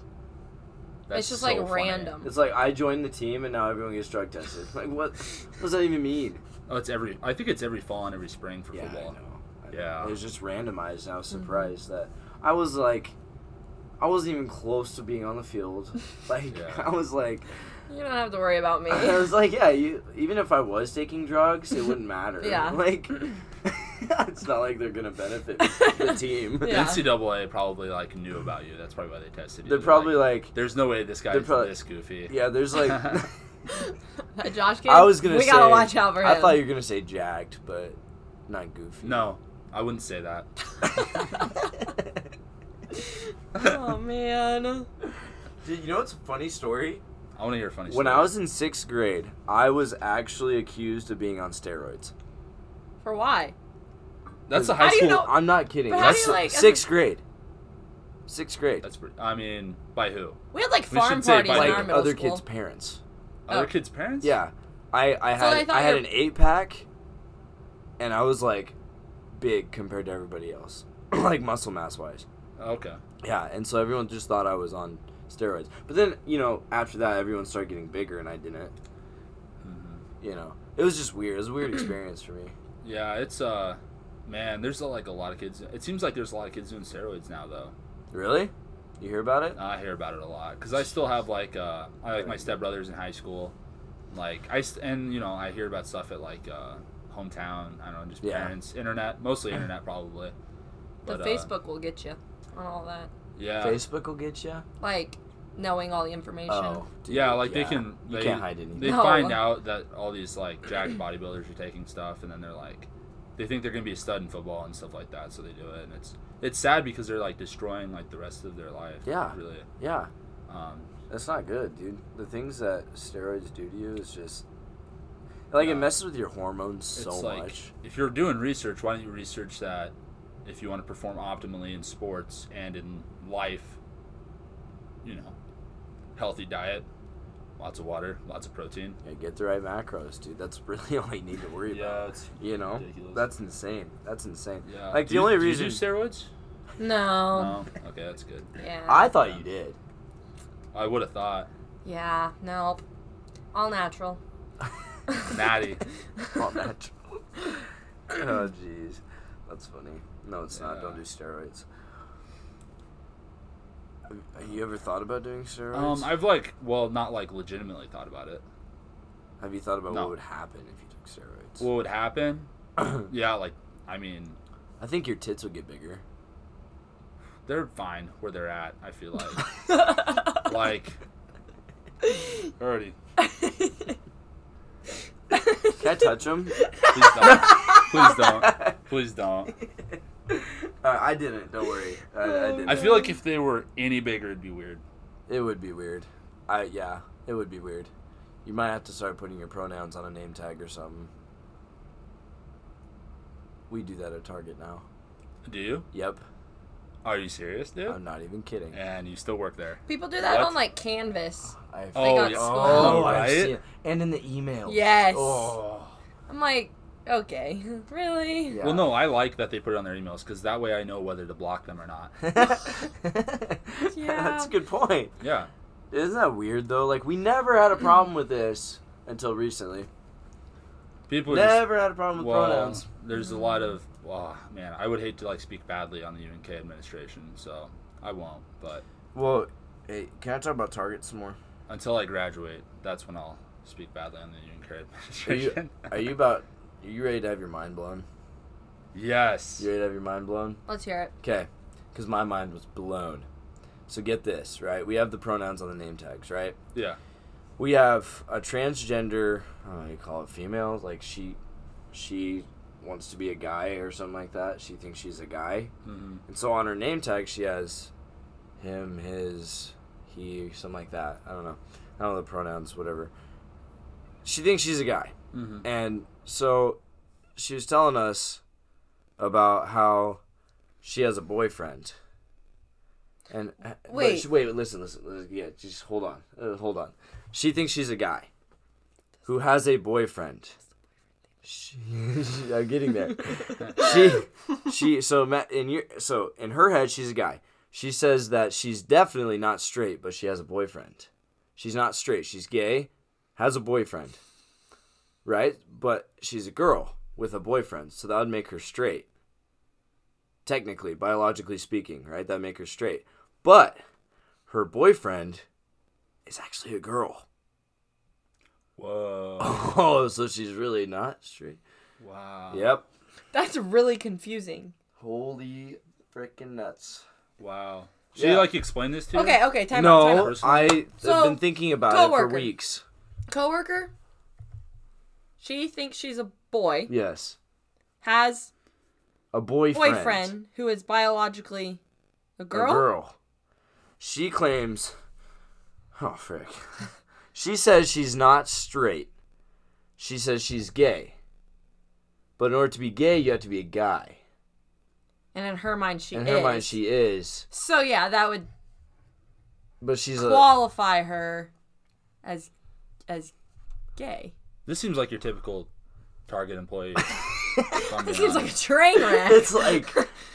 B: That's
E: it's just
B: so
E: like
B: funny.
E: random.
A: It's like I joined the team and now everyone gets drug tested. Like what? What does that even mean?
B: Oh, it's every. I think it's every fall and every spring for
A: Yeah, I
B: football.
A: know. I know.
B: Yeah.
A: It was just randomized, and I was
E: Mm-hmm.
A: surprised that I was like, I wasn't even close to being on the
E: <laughs>
A: field. Like
B: Yeah.
A: <laughs> I was like,
E: You don't have to worry about
A: <laughs>
E: me.
A: I was like, yeah, you. Even if I was taking drugs, it wouldn't matter. <laughs>
E: Yeah. <laughs>
A: Like, it's not like they're gonna benefit the team.
E: Yeah.
B: NCAA probably like knew about you. That's probably why they tested
A: <laughs>
B: you.
A: They're probably like,
B: there's no way this
A: they're
B: guy's
A: probably-
B: this goofy.
A: yeah. There's <laughs> like,
E: <laughs> That Josh kid.
A: I was gonna.
E: We
A: say,
E: gotta watch out for him.
A: I thought you were gonna say jacked, but not goofy. <laughs>
B: No, I wouldn't say that.
E: <laughs> oh man.
A: Dude, you know what's a funny story?
B: I want to hear a funny
A: When
B: story.
A: I was in sixth grade, I was actually accused of being on steroids.
E: For why?
B: that's a
A: How
B: high
E: do you
B: school.
E: know-
A: I'm not kidding.
E: But how do
A: That's
E: you, like, as
A: sixth
E: a-
A: grade. Sixth grade.
B: That's pretty, I mean, by who?
E: We had like
B: We
E: farm
B: should say
E: parties
B: by
E: in
A: like
E: our middle
A: other
E: school.
A: kids' parents.
B: Other
E: Oh.
B: kids' parents?
A: Yeah, I I
E: So I
A: had
E: thought
A: I, had
E: your-
A: an eight pack, and I was like big compared to everybody else, <clears throat> like muscle mass wise.
B: Okay.
A: Yeah, and so everyone just thought I was on steroids. But then you know after that, everyone started getting bigger, and I didn't. You know, it was just weird. It was a
E: <clears throat>
A: weird experience for me.
B: Yeah, it's uh, man, there's uh, like a lot of kids. It seems like there's a lot of kids doing steroids now, though.
A: Really? You hear about it?
B: I hear about it a lot because I still have like uh, I like my stepbrothers in high school, like I st- and you know I hear about stuff at like uh, hometown. I don't know, just
A: Yeah.
B: parents, internet, mostly internet probably.
E: The
B: But, uh,
E: Facebook will get you on all that.
B: Yeah.
A: Facebook will get you.
E: Like knowing all the information.
A: Oh, dude,
B: yeah, like they can. They,
A: You can't hide anything.
B: They
E: No.
B: find out that all these like jacked <clears throat> bodybuilders are taking stuff, and then they're like, they think they're gonna be a stud in football and stuff like that, so they do it, and it's it's sad because they're like destroying like the rest of their life.
A: Yeah.
B: Really.
A: yeah,
B: Um,
A: that's not good, dude. The things that steroids do to you is just like
B: Yeah.
A: it messes with your hormones
B: it's
A: so
B: like
A: much.
B: if you're doing research, why don't you research that if you want to perform optimally in sports and in life, you know, healthy diet, lots of water, lots of protein.
A: Yeah, get the right macros, dude. That's <laughs> really all you need to worry about.
B: Yeah, it's
A: You know,
B: ridiculous.
A: that's insane. That's insane.
B: yeah.
A: Like
B: Do
A: the
B: you-
A: only
B: do
A: reason
B: you do steroids.
E: No.
B: No. Oh, Okay, that's good.
E: Yeah.
A: I thought you did.
B: I would have thought.
E: yeah. Nope. All natural.
A: <laughs>
B: Natty.
A: All
B: <laughs>
A: natural. oh jeez, that's funny. No, it's not. Don't
B: Yeah.
A: do steroids. Have you ever thought about doing steroids?
B: Um, I've like, well, not like legitimately thought about it.
A: Have you thought about
B: No.
A: what would happen if you took steroids?
B: What
A: <clears throat>
B: would happen? yeah, like, I mean,
A: I think your tits would get
B: <laughs>
A: bigger.
B: they're fine where they're at. I feel like, like, already.
A: Can I touch <laughs> them?
B: Please don't. Please
A: <laughs>
B: don't. Please don't.
A: uh, I didn't. Don't worry. I, I didn't.
B: Oh. I feel like if they were any bigger, it'd be weird.
A: it would be weird. I yeah, it would be weird. You might have to start putting your pronouns on a name tag or something. We do that at Target now.
B: Do you?
A: Yep,
B: Are you serious, dude?
A: I'm not even kidding.
B: And you still work there?
E: <laughs> People do that
B: What?
E: on like Canvas.
A: I've,
B: Oh,
E: got
B: yeah.
E: swole.
B: oh,
A: I've
B: right.
A: seen it. And in the emails.
E: Yes.
A: Oh. <laughs>
E: I'm like, okay, <laughs> really?
A: Yeah.
B: Well, no, I like that they put it on their emails because that way I know whether to block them
A: <laughs>
B: or not.
A: That's a good point.
B: Yeah.
A: Isn't that weird though? Like we never <clears throat> had a problem with this until recently.
B: People just
A: Never had a problem with
B: well,
A: pronouns.
B: There's a lot of oh man, I would hate to like speak badly on the UNK administration, so I won't. But
A: Well, hey, can I talk about Target some more?
B: until I graduate, that's when I'll speak badly on the UNK
A: Are you
B: administration.
A: are you about? Are you ready to have your mind blown?
B: <laughs> yes.
A: You ready to have your mind blown?
E: Let's hear it.
A: Okay, because my mind was blown. So get this, right? We have the pronouns on the name tags, right?
B: yeah.
A: we have a transgender I don't know how you call it female like she she wants to be a guy or something like that she thinks she's a guy
B: hmm
A: and so on her name tag she has him his he something like that i don't know i don't know the pronouns whatever she thinks she's a guy
B: hmm
A: and so she was telling us about how she has a boyfriend. And uh, but
E: Wait.
A: she- wait, listen, listen, listen, yeah, just hold on, uh, hold on. She thinks she's a guy who has a boyfriend. She, <laughs> I'm getting there. she, she, so Matt, in your, so in her head, she's a guy. She says that she's definitely not straight, but she has a boyfriend. She's not straight. She's gay, has a boyfriend right? But she's a girl with a boyfriend, so that would make her straight. Technically, biologically speaking, right? That make her straight. But her boyfriend is actually a girl. <laughs>
B: Whoa.
A: Oh, so she's really not straight.
B: Wow.
A: Yep.
E: That's really confusing.
A: Holy freaking nuts.
B: Wow. She
A: Yeah.
B: like explained this to you?
E: Okay, okay, time out, time
A: No,
E: out.
B: Personally?
A: I've
E: So,
A: been thinking about it
E: coworker.
A: for weeks.
E: Coworker. She thinks she's a boy.
A: Yes.
E: Has
A: A boyfriend.
E: boyfriend who is biologically a
A: A
E: girl.
A: girl. She claims. Oh, frick. <laughs> She says she's not straight. She says she's gay. But in order to be gay, you have to be a guy.
E: And in her mind, she
A: in
E: is.
A: her mind, she is.
E: So yeah, that would
A: But she's a.
E: qualify her as as gay.
B: This seems like your typical
E: <laughs>
B: target employee.
E: It seems like
A: <laughs>
E: a train
A: <laughs>
E: wreck.
A: It's like,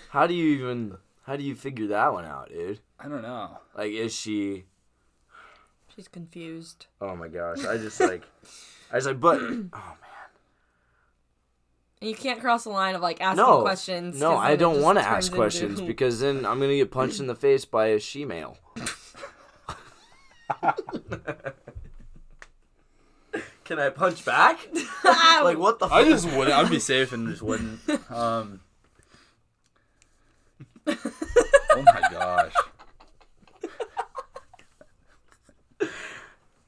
A: how do you even. How do you figure that one out, dude?
B: I don't know.
A: Like, is she.
E: She's confused.
A: Oh my gosh. I just like. I just like, but. Oh, man.
E: And you can't cross the line of like asking
A: No.
E: questions.
A: no,
E: 'cause then
A: I
E: it
A: don't
E: just
A: want to
E: turns
A: ask
E: into- <laughs>
A: questions because then I'm going to get punched in the face by a she male. <laughs> Can I punch back? like, what the
E: <laughs>
B: I just wouldn't. I'd be safe and just wouldn't. Um, <laughs> Oh my gosh.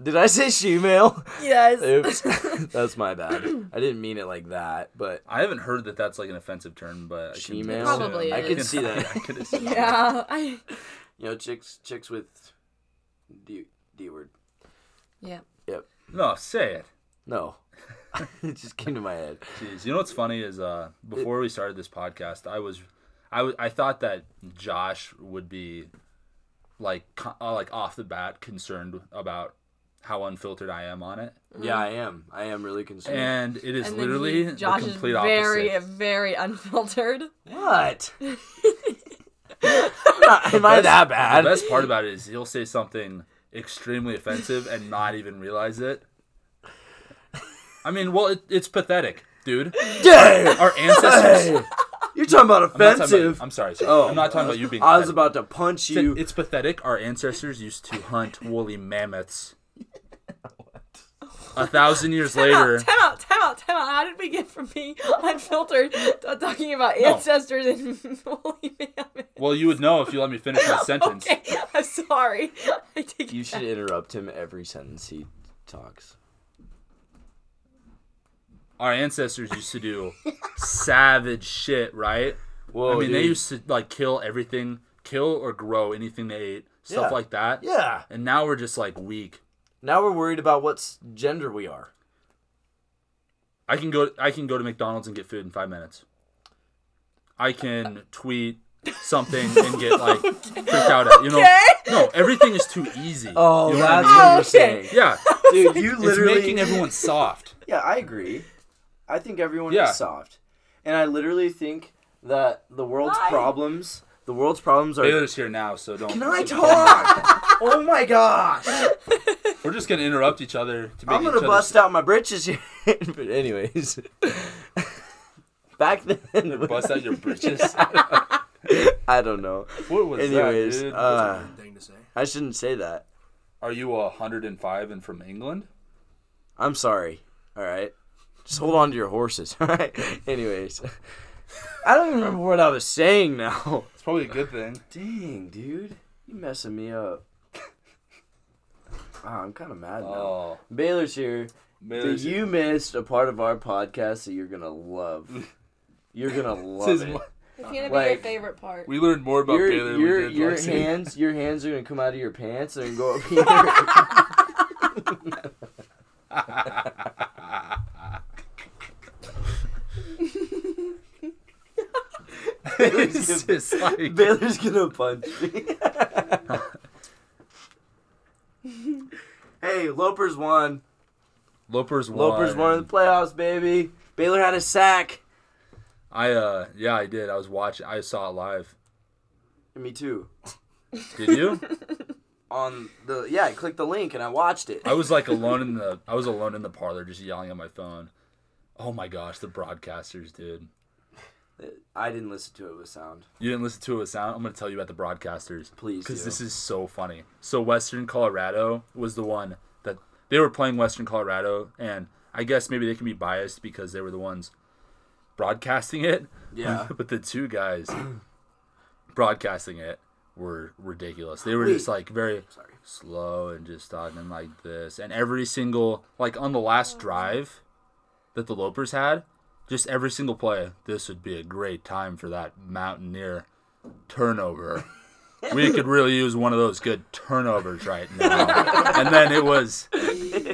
A: Did I say
B: <laughs>
A: shemale?
E: Yes.
A: Oops, <laughs> that's my bad. I didn't mean it like that, but
B: I haven't heard that that's like an offensive term, but I can
A: Shemale?
E: Probably
A: I
E: it
A: can
E: is.
A: see that.
B: I could assume.
E: Yeah. I.
A: You know, chicks, chicks with D, D word.
E: Yeah.
A: Yep.
B: No, say it.
A: No, <laughs> it just came to my head.
B: Jeez, you know what's funny is uh, before we started this podcast, I was, I was, I thought that Josh would be, like, co- uh, like off the bat concerned about how unfiltered I am on it,
A: Yeah, I am. I am really concerned.
B: and it is
E: And then
B: literally
E: he, Josh
B: the
E: is
B: complete
E: very,
B: opposite.
E: very unfiltered. <laughs>
A: what? Am I that
B: The
A: bad?
B: best part about it is he'll say something extremely offensive and not even realize it. I mean, well, it, it's pathetic, dude.
A: Dude,
B: Our ancestors.
A: <laughs> you're talking about
B: I'm, not talking
A: offensive.
B: about, I'm sorry, sorry.
A: Oh.
B: I'm not talking about you being.
A: I was
B: pathetic.
A: about to punch
B: It's-
A: you.
B: It's pathetic. Our ancestors used to hunt
A: <laughs>
B: woolly mammoths. A thousand years later,
E: Time out, time out, time out. How did we get from being <laughs> unfiltered to talking about ancestors and <laughs> holy mammoth?
B: well, you would know if you let me finish
A: <laughs>
B: my sentence.
E: Okay, I'm sorry. <laughs> I take
A: you
E: it
A: should interrupt him every sentence he talks.
B: Our ancestors used to do savage shit, right?
A: Whoa,
B: I mean, they
A: dude.
B: used to like kill everything, kill or grow anything they ate, stuff
A: Yeah.
B: like that.
A: Yeah.
B: And now we're just like weak.
A: Now we're worried about what s- gender we are.
B: I can go. I can go to McDonald's and get food in five minutes. I can tweet something and
A: <laughs>
B: get like freaked out at. You know, no, everything is too easy.
A: Oh,
B: you know what I
A: that's
B: mean?
A: what
E: Okay.
A: you're saying. <laughs>
B: Yeah,
A: Dude, you literally.
B: <laughs> it's making everyone soft.
A: yeah, I agree. I think everyone
B: Yeah.
A: is soft, and I literally think that the world's
E: Why?
A: problems, the world's problems are.
B: Baylor's here now, so don't.
A: Can I talk?
B: <laughs>
A: oh my gosh!
B: We're just gonna interrupt each other to make
A: I'm gonna
B: each
A: bust
B: other,
A: out my britches here. <laughs> but anyways, <laughs> back then,
B: bust out your britches.
A: <laughs>
B: <laughs>
A: I don't know.
B: what was
A: Anyways,
B: that, dude?
A: uh,
F: thing to say.
A: I shouldn't say that.
B: Are you a hundred and five and from England?
A: I'm sorry. All right. Just hold on to your horses. <laughs> All right. Anyways, I don't even remember what I was saying now. <laughs>
B: It's probably a good thing.
A: Dang, dude, you messing me up. Ah, I'm kind of mad now.
B: Oh,
A: Baylor's here.
B: Baylor's
A: you missed a part of our podcast that you're gonna love. You're gonna love
B: his
A: it.
B: mo-
E: It's gonna be
A: Like-
E: your favorite part.
B: We learned more about
A: Your,
B: Baylor.
A: your,
B: than we did
A: your
B: Lexi. <laughs>
A: hands, your hands are gonna come out of your pants and go up here.
B: It's just like-
A: Baylor's gonna punch me. <laughs> hey, Lopers won.
B: Lopers won.
A: Lopers won in the playoffs, baby. Baylor had a sack.
B: I uh yeah, I did. I was watching. I saw it live.
A: Me too. <laughs>
B: Did you?
A: On the yeah, I clicked the link and I watched it.
B: I was like alone in the I was alone in the parlor just yelling at my phone. Oh my gosh, the broadcasters, dude.
A: I didn't listen to it with sound.
B: You didn't listen to it with sound? I'm gonna tell you about the broadcasters.
A: Please do.
B: Because this is so funny. So Western Colorado was the one that they were playing Western Colorado and I guess maybe they can be biased because they were the ones broadcasting it.
A: Yeah.
B: <laughs> but the two guys broadcasting it were ridiculous. They were just
A: Wait.
B: like very slow and just talking like this. And every single like on the
A: Oh,
B: last drive that the Lopers had, just every single play, this would be a great time for that Mountaineer turnover. We
A: <laughs>
B: could really use one of those good turnovers right now. and then it was,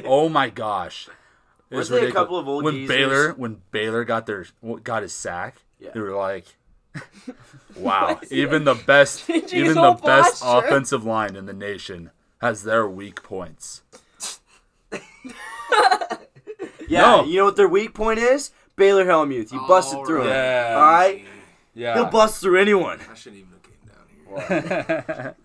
B: oh my gosh, it was
A: Weren't they a
B: ridiculous.
A: couple of old
B: when
A: geezers?
B: Baylor when Baylor got their got his sack,
A: Yeah.
B: they were like,
E: <laughs>
B: "Wow, even the best, even
E: whole
B: the best
E: posture.
B: offensive line in the nation has their weak points."
A: Yeah,
B: No.
A: you know what their weak point is? Baylor Hellmuth. You busted through him.
B: Yeah.
A: All right,
B: Yeah,
A: he'll
B: <laughs>
A: bust through anyone.
F: I shouldn't even have came down here.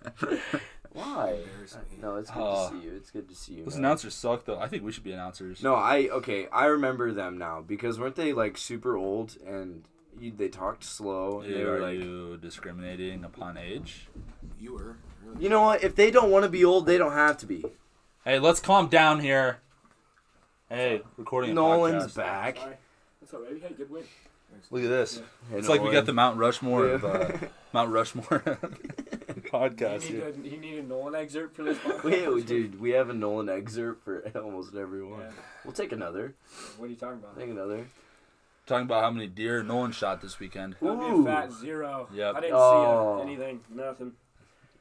A: Why?
F: Embarrass me.
A: No, it's good
B: Oh.
A: to see you. It's good to see you.
B: Those
A: man.
B: announcers suck though. I think we should be announcers.
A: No, I okay. I remember them now because weren't they like super old and you, they talked slow and they were
B: Are
A: like,
B: you discriminating upon age?
F: You were. Really.
A: you know what? If they don't want to be old, they don't have to be.
B: Hey, let's calm down here. Hey, recording. a
A: Nolan's
B: podcast.
A: back.
F: That's all right. We had a good win.
A: Look at this.
B: It's like we got the Mount Rushmore of uh, <laughs> Mount Rushmore
A: <laughs>
B: podcast.
G: You need,
B: dude.
G: a, you need a Nolan
A: <laughs>
G: excerpt for this podcast.
A: Wait, we- dude, we have a Nolan excerpt for <laughs> almost everyone.
G: Yeah.
A: We'll take another.
G: What are you talking about?
A: Take another.
B: Talking about how many deer Nolan shot this
A: <laughs>
B: weekend.
G: That would
A: Ooh.
G: be a fat zero.
B: Yep.
G: I didn't
A: Oh.
G: see uh, anything. Nothing.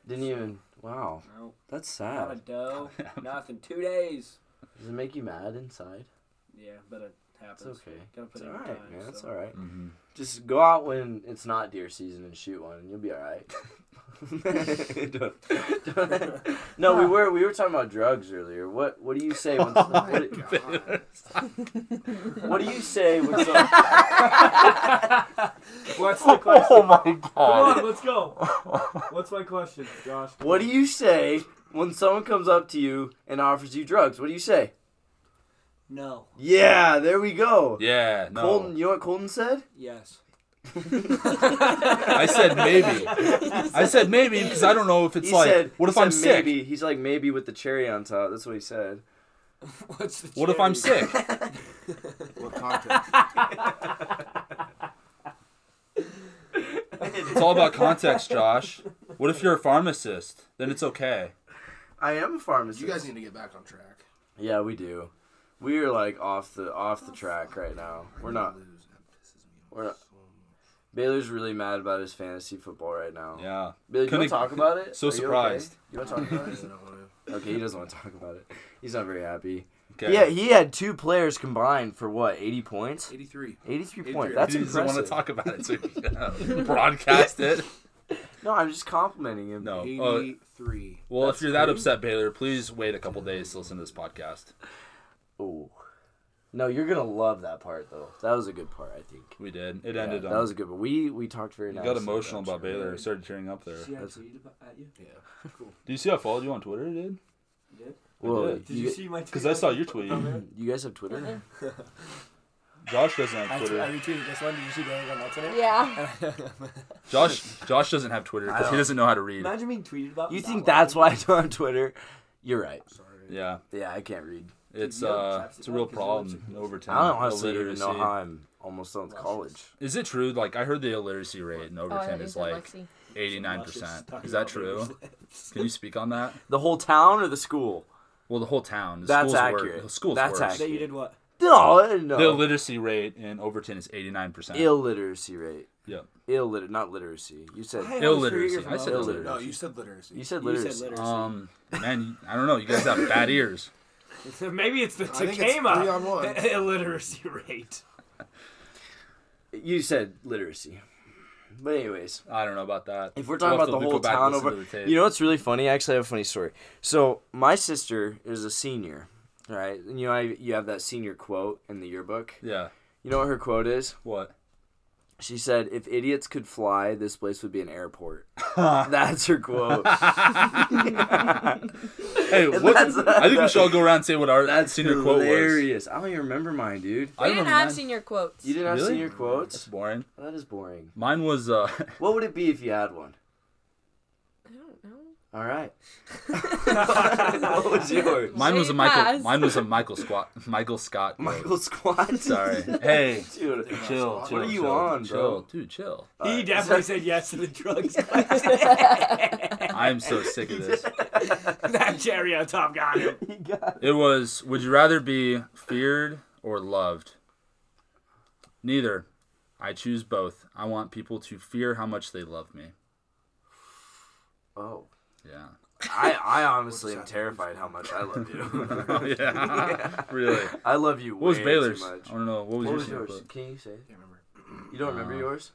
A: Didn't even. Wow,
G: No.
A: that's
G: Not a
A: sad. <laughs>
G: doe. nothing. Two days.
A: Does it make you mad inside?
G: Yeah, but it
A: It's
G: happens.
A: okay.
G: Gotta put
A: It's
G: in
A: all
G: your
A: right,
G: time,
A: man. It's
G: so.
A: all right.
B: Mm-hmm.
A: Just go out when it's not deer season and shoot one, and you'll be all right.
B: <laughs>
A: Don't- don't- <laughs> no, we were we were talking about drugs earlier. What what do you say
B: <laughs> Oh
A: when <laughs> what, what do you say
B: <laughs>
A: when some, <laughs>
G: What's
A: Oh
G: the question?
B: Oh my
G: Come
B: god!
G: on, let's go. What's my question, Josh?
A: <laughs> what do you say when someone comes up to you and offers you drugs? What do you say?
G: No.
A: Yeah, there we go.
B: Yeah, no.
A: Colton, you know what Colton
B: <laughs>
A: said?
G: Yes.
A: <laughs>
B: I said maybe. I said maybe because I don't know if it's
A: He
B: like.
A: said,
B: what if
A: he
B: I'm
A: said
B: sick?
A: Maybe he's like maybe with the cherry on top. That's what he said.
G: <laughs> What's the
B: What if I'm
G: charity?
B: sick?
F: What context?
B: It's all
A: <laughs>
B: about context, Josh. What if you're a pharmacist? Then it's okay.
A: I am a pharmacist.
F: you guys need to get back on track.
A: Yeah, we do. We are like off the off the track right now. We're not.
F: Lose, that pisses me off
A: We're not.
F: so much.
A: Baylor's really mad about his fantasy football right now.
B: Yeah.
A: Baylor, do you want
B: Couldn't-
A: to talk about it?
B: so
A: Are you okay?
B: surprised.
A: You want to talk about
F: I
B: <laughs>
A: it?
F: don't wanna-
A: <laughs> Okay, he doesn't want to talk about it. He's not very happy.
B: Okay.
A: Yeah, he had two players combined for what? Eighty points.
F: 83.
A: Eighty-three
F: 83.
A: points. That's
B: he doesn't want
A: impressive.
B: to talk about it,
A: <laughs>
B: so he uh, broadcast it.
A: No, I'm just complimenting him.
B: No. Oh,
F: 83.
B: well, if you're that upset, Baylor, please wait a couple days to listen to this podcast.
A: Oh. No, you're gonna love that part though. That was a good part, I think.
B: We did. It
A: Yeah,
B: ended
A: that
B: on.
A: was a good. But we we talked very.
B: you
A: nice
B: got emotional
A: that,
B: about Baylor. I started tearing up there.
G: She
B: Do
G: had tweeted about- at you.
F: Yeah.
B: you see I followed you on Twitter, dude?
G: Did,
A: Whoa,
B: Did
G: did you,
A: you,
G: see my tweet?
B: Because I saw your tweet.
A: Oh, <clears throat> you guys have Twitter?
B: Josh doesn't
G: I,
B: have
G: t- I
B: Twitter.
G: retweeted this one. Did you see the other one that's in it?
E: Yeah.
B: Josh Josh doesn't have Twitter because he doesn't know how to read.
G: Imagine being tweeted about.
A: You
G: that
A: think
G: one.
A: that's why I don't have Twitter? You're right.
B: Yeah.
A: Yeah, I can't read.
B: It's
G: you know,
B: uh,
G: it's
B: it's a real
G: absolutely-
B: problem in Overton.
A: I don't honestly even
B: Illiteracy.
A: know how I'm almost done with college.
B: Is it true? Like I heard the illiteracy rate in
A: Oh,
E: Oh,
B: Overton is like
E: Lexi.
B: eighty nine
G: Josh is
B: percent.
G: talking
B: Is that
G: about
B: true?
G: Baylor's
B: <laughs>
G: lips.
B: Can you speak on that?
A: The whole town or the school?
B: Well, the whole town. The
A: That's
B: school's
A: accurate.
B: Worse. The school's
A: That's
B: worse.
G: <laughs> That you did what?
A: No, no.
B: The illiteracy rate in Overton is eighty nine percent.
A: illiteracy rate.
B: Yep.
A: Illiter, not literacy. You said
G: I always
B: Illiteracy.
G: forget you're
B: I
G: from
B: said
G: Oklahoma.
A: illiteracy.
F: No, you said literacy.
A: you said
G: You
A: literacy.
G: said literacy.
B: Um, man, you- I don't know. You guys have bad ears.
G: Maybe it's the
F: I think it's three
G: Takema
F: on one.
G: <laughs> illiteracy rate.
A: You said literacy. But anyways,
B: I don't know about that.
A: if we're talking
B: We'll have
A: about the
B: to go
A: whole
B: back and
A: town
B: listen to
A: over,
B: the tape.
A: you know what's really funny? I actually have a funny story. So my sister is a senior. All right, and you know I, you have that senior quote in the yearbook.
B: yeah.
A: You know what her quote is? <laughs>
B: What?
A: She said, "If idiots could fly, this place would be an
B: <laughs>
A: airport." That's her quote.
B: Hey, what?
A: that's-
B: I think we should all go around and say what our
A: That's
B: senior quote was.
A: hilarious. I don't even remember mine, dude.
B: I
E: We
B: don't
E: didn't
B: remember
E: have
B: mine.
E: senior quotes.
A: You didn't have
B: Really?
A: senior
B: That's
A: quotes?
B: boring.
A: That is boring.
B: Mine was uh, <laughs>
A: What would it be if you had one?
E: I don't know.
A: All
E: <laughs>
A: right. <laughs> what
B: <laughs>
A: was yours?
B: mine was a
E: Shade
B: Michael.
E: pass.
B: Mine was a Michael Squat. Michael Scott. quote.
A: Michael Squat. <laughs>
B: <laughs> Sorry. Hey.
A: Dude,
B: Chill, chill.
A: are you
B: chill,
A: on,
B: chill,
A: bro? <laughs>
B: dude? Chill.
G: He definitely said yes to the drugs.
B: I am so sick
A: <laughs>
B: of this.
G: that cherry on top got him.
A: he got
B: It was. Would you rather be feared or loved? Neither. I choose both. I want people to fear how much they love me.
A: Oh. <laughs>
B: Yeah. <laughs>
A: I, I honestly am terrified how much I love you.
B: <laughs> yeah. Really.
A: I love you
B: What was
A: way
B: Baylor's? Oh,
A: too
B: I
A: much.
B: don't know. What
A: What
B: was your
A: was Uh,
B: senior
A: yours?
B: quote?
A: Can you say it?
F: Can't remember.
A: You don't remember yours?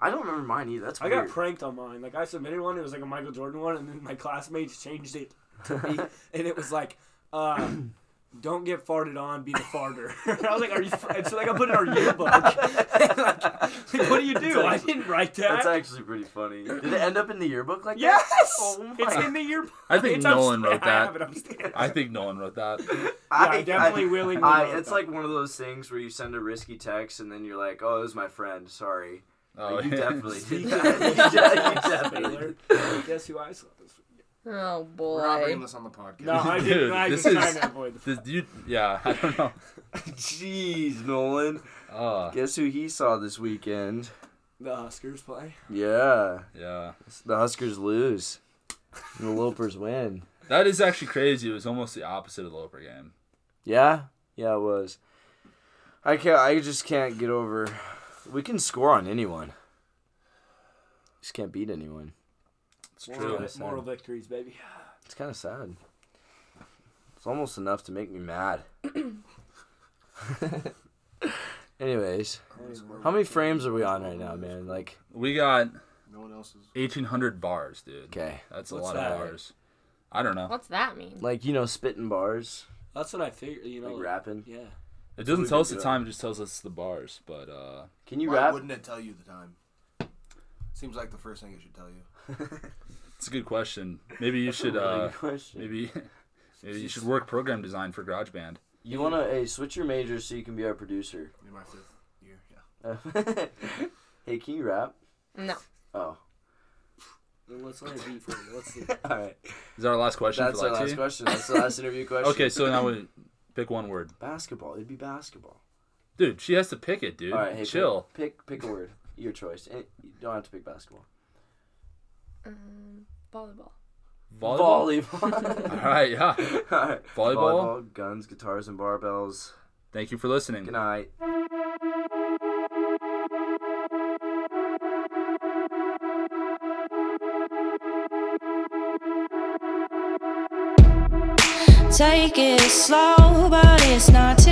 A: I don't remember mine either. That's
G: I
A: weird.
G: got pranked on mine. Like I submitted one, it was like a Michael Jordan one, and then my classmates changed it to me,
A: <laughs>
G: and it was like, uh, "Don't get farted on, be the farter." <laughs> <laughs> I was like, "Are you?" F-? And so like I put it in our
A: <laughs>
G: yearbook. like, what do you do? I didn't write that.
A: That's actually pretty funny. Did it end up in the yearbook like that?
G: yes,
A: Oh my
G: it's
A: <laughs>
G: in the yearbook.
B: I
G: <laughs>
B: think
G: It's
B: Nolan
G: upstairs.
B: wrote
G: I have
B: that.
G: it upstairs.
B: I think Nolan wrote
A: <laughs>
B: that.
G: I definitely willingly
A: I,
G: wrote
A: it's
G: that.
A: like one of those things where you send a risky text and then you're like, "Oh, it was my friend. Sorry."
B: Oh,
A: you
B: yeah. <laughs>
A: definitely did
G: <laughs> Speaking
A: that.
G: of-
A: You definitely did.
G: Taylor, guess who I slept with?
E: Oh
F: We're not bringing
E: boy.
F: this on the podcast.
G: No, <laughs> I
B: Dude,
G: didn't. I
B: this
G: was
B: is- <laughs>
G: trying to avoid. the-
A: <laughs>
B: This dude, yeah, I don't know.
A: Jeez, Nolan.
B: Oh,
A: Guess who he saw this weekend?
G: The Oscars play.
A: Yeah,
B: yeah.
A: the Huskers lose. The Lopers win.
B: That is actually crazy. It was almost the opposite of the Loper game.
A: Yeah, yeah, it was. I can't. I just can't get over. We can score on anyone. Just can't beat anyone.
B: It's
G: Moral,
B: true.
G: moral victories, baby.
A: It's kind of sad. It's almost enough to make me mad. <laughs> Anyways, how many frames are we on right now, man? Like,
B: We got
F: No one else is.
B: 1,800 bars, dude.
A: okay,
B: That's a
G: What's
B: lot
G: that?
B: of bars. I don't know.
H: What's that mean?
A: like you know, spitting bars,
G: That's what I figured. You know,
A: like
G: like-
A: rapping.
G: Yeah.
B: It doesn't
A: we
B: tell
A: can
B: us the
A: do it.
B: time. It just tells us the bars. But uh,
A: Can you
F: Why
A: rap?
F: wouldn't it tell you the time? Seems like the first thing it should tell you.
B: it's a good question. Maybe you should.
A: Really
B: Uh,
A: good question.
B: maybe. <laughs> Maybe you should work program design for GarageBand.
A: You wanna hey switch your major so you can be our producer. <laughs>
F: In my fifth year, yeah.
A: hey, can you rap?
H: No.
A: Oh,
G: Let's let it be for you. Let's see.
A: <laughs> all right.
B: Is that our last question
A: That's
B: for
A: our
B: like
A: last
B: two?
A: question. That's the last <laughs> interview question.
B: Okay, so now we pick one word.
A: basketball. It'd be basketball.
B: Dude, she has to pick it, dude.
A: All right, hey, pick-
B: Chill.
A: Pick pick a word. Your choice. And you don't have to pick basketball.
H: Um, volleyball.
B: Volleyball.
A: Volleyball.
B: All right, yeah.
A: <laughs> All right.
B: Volleyball?
A: Volleyball, guns, guitars, and barbells.
B: Thank you for listening.
A: Good night.
D: Take it slow, but it's not Oh,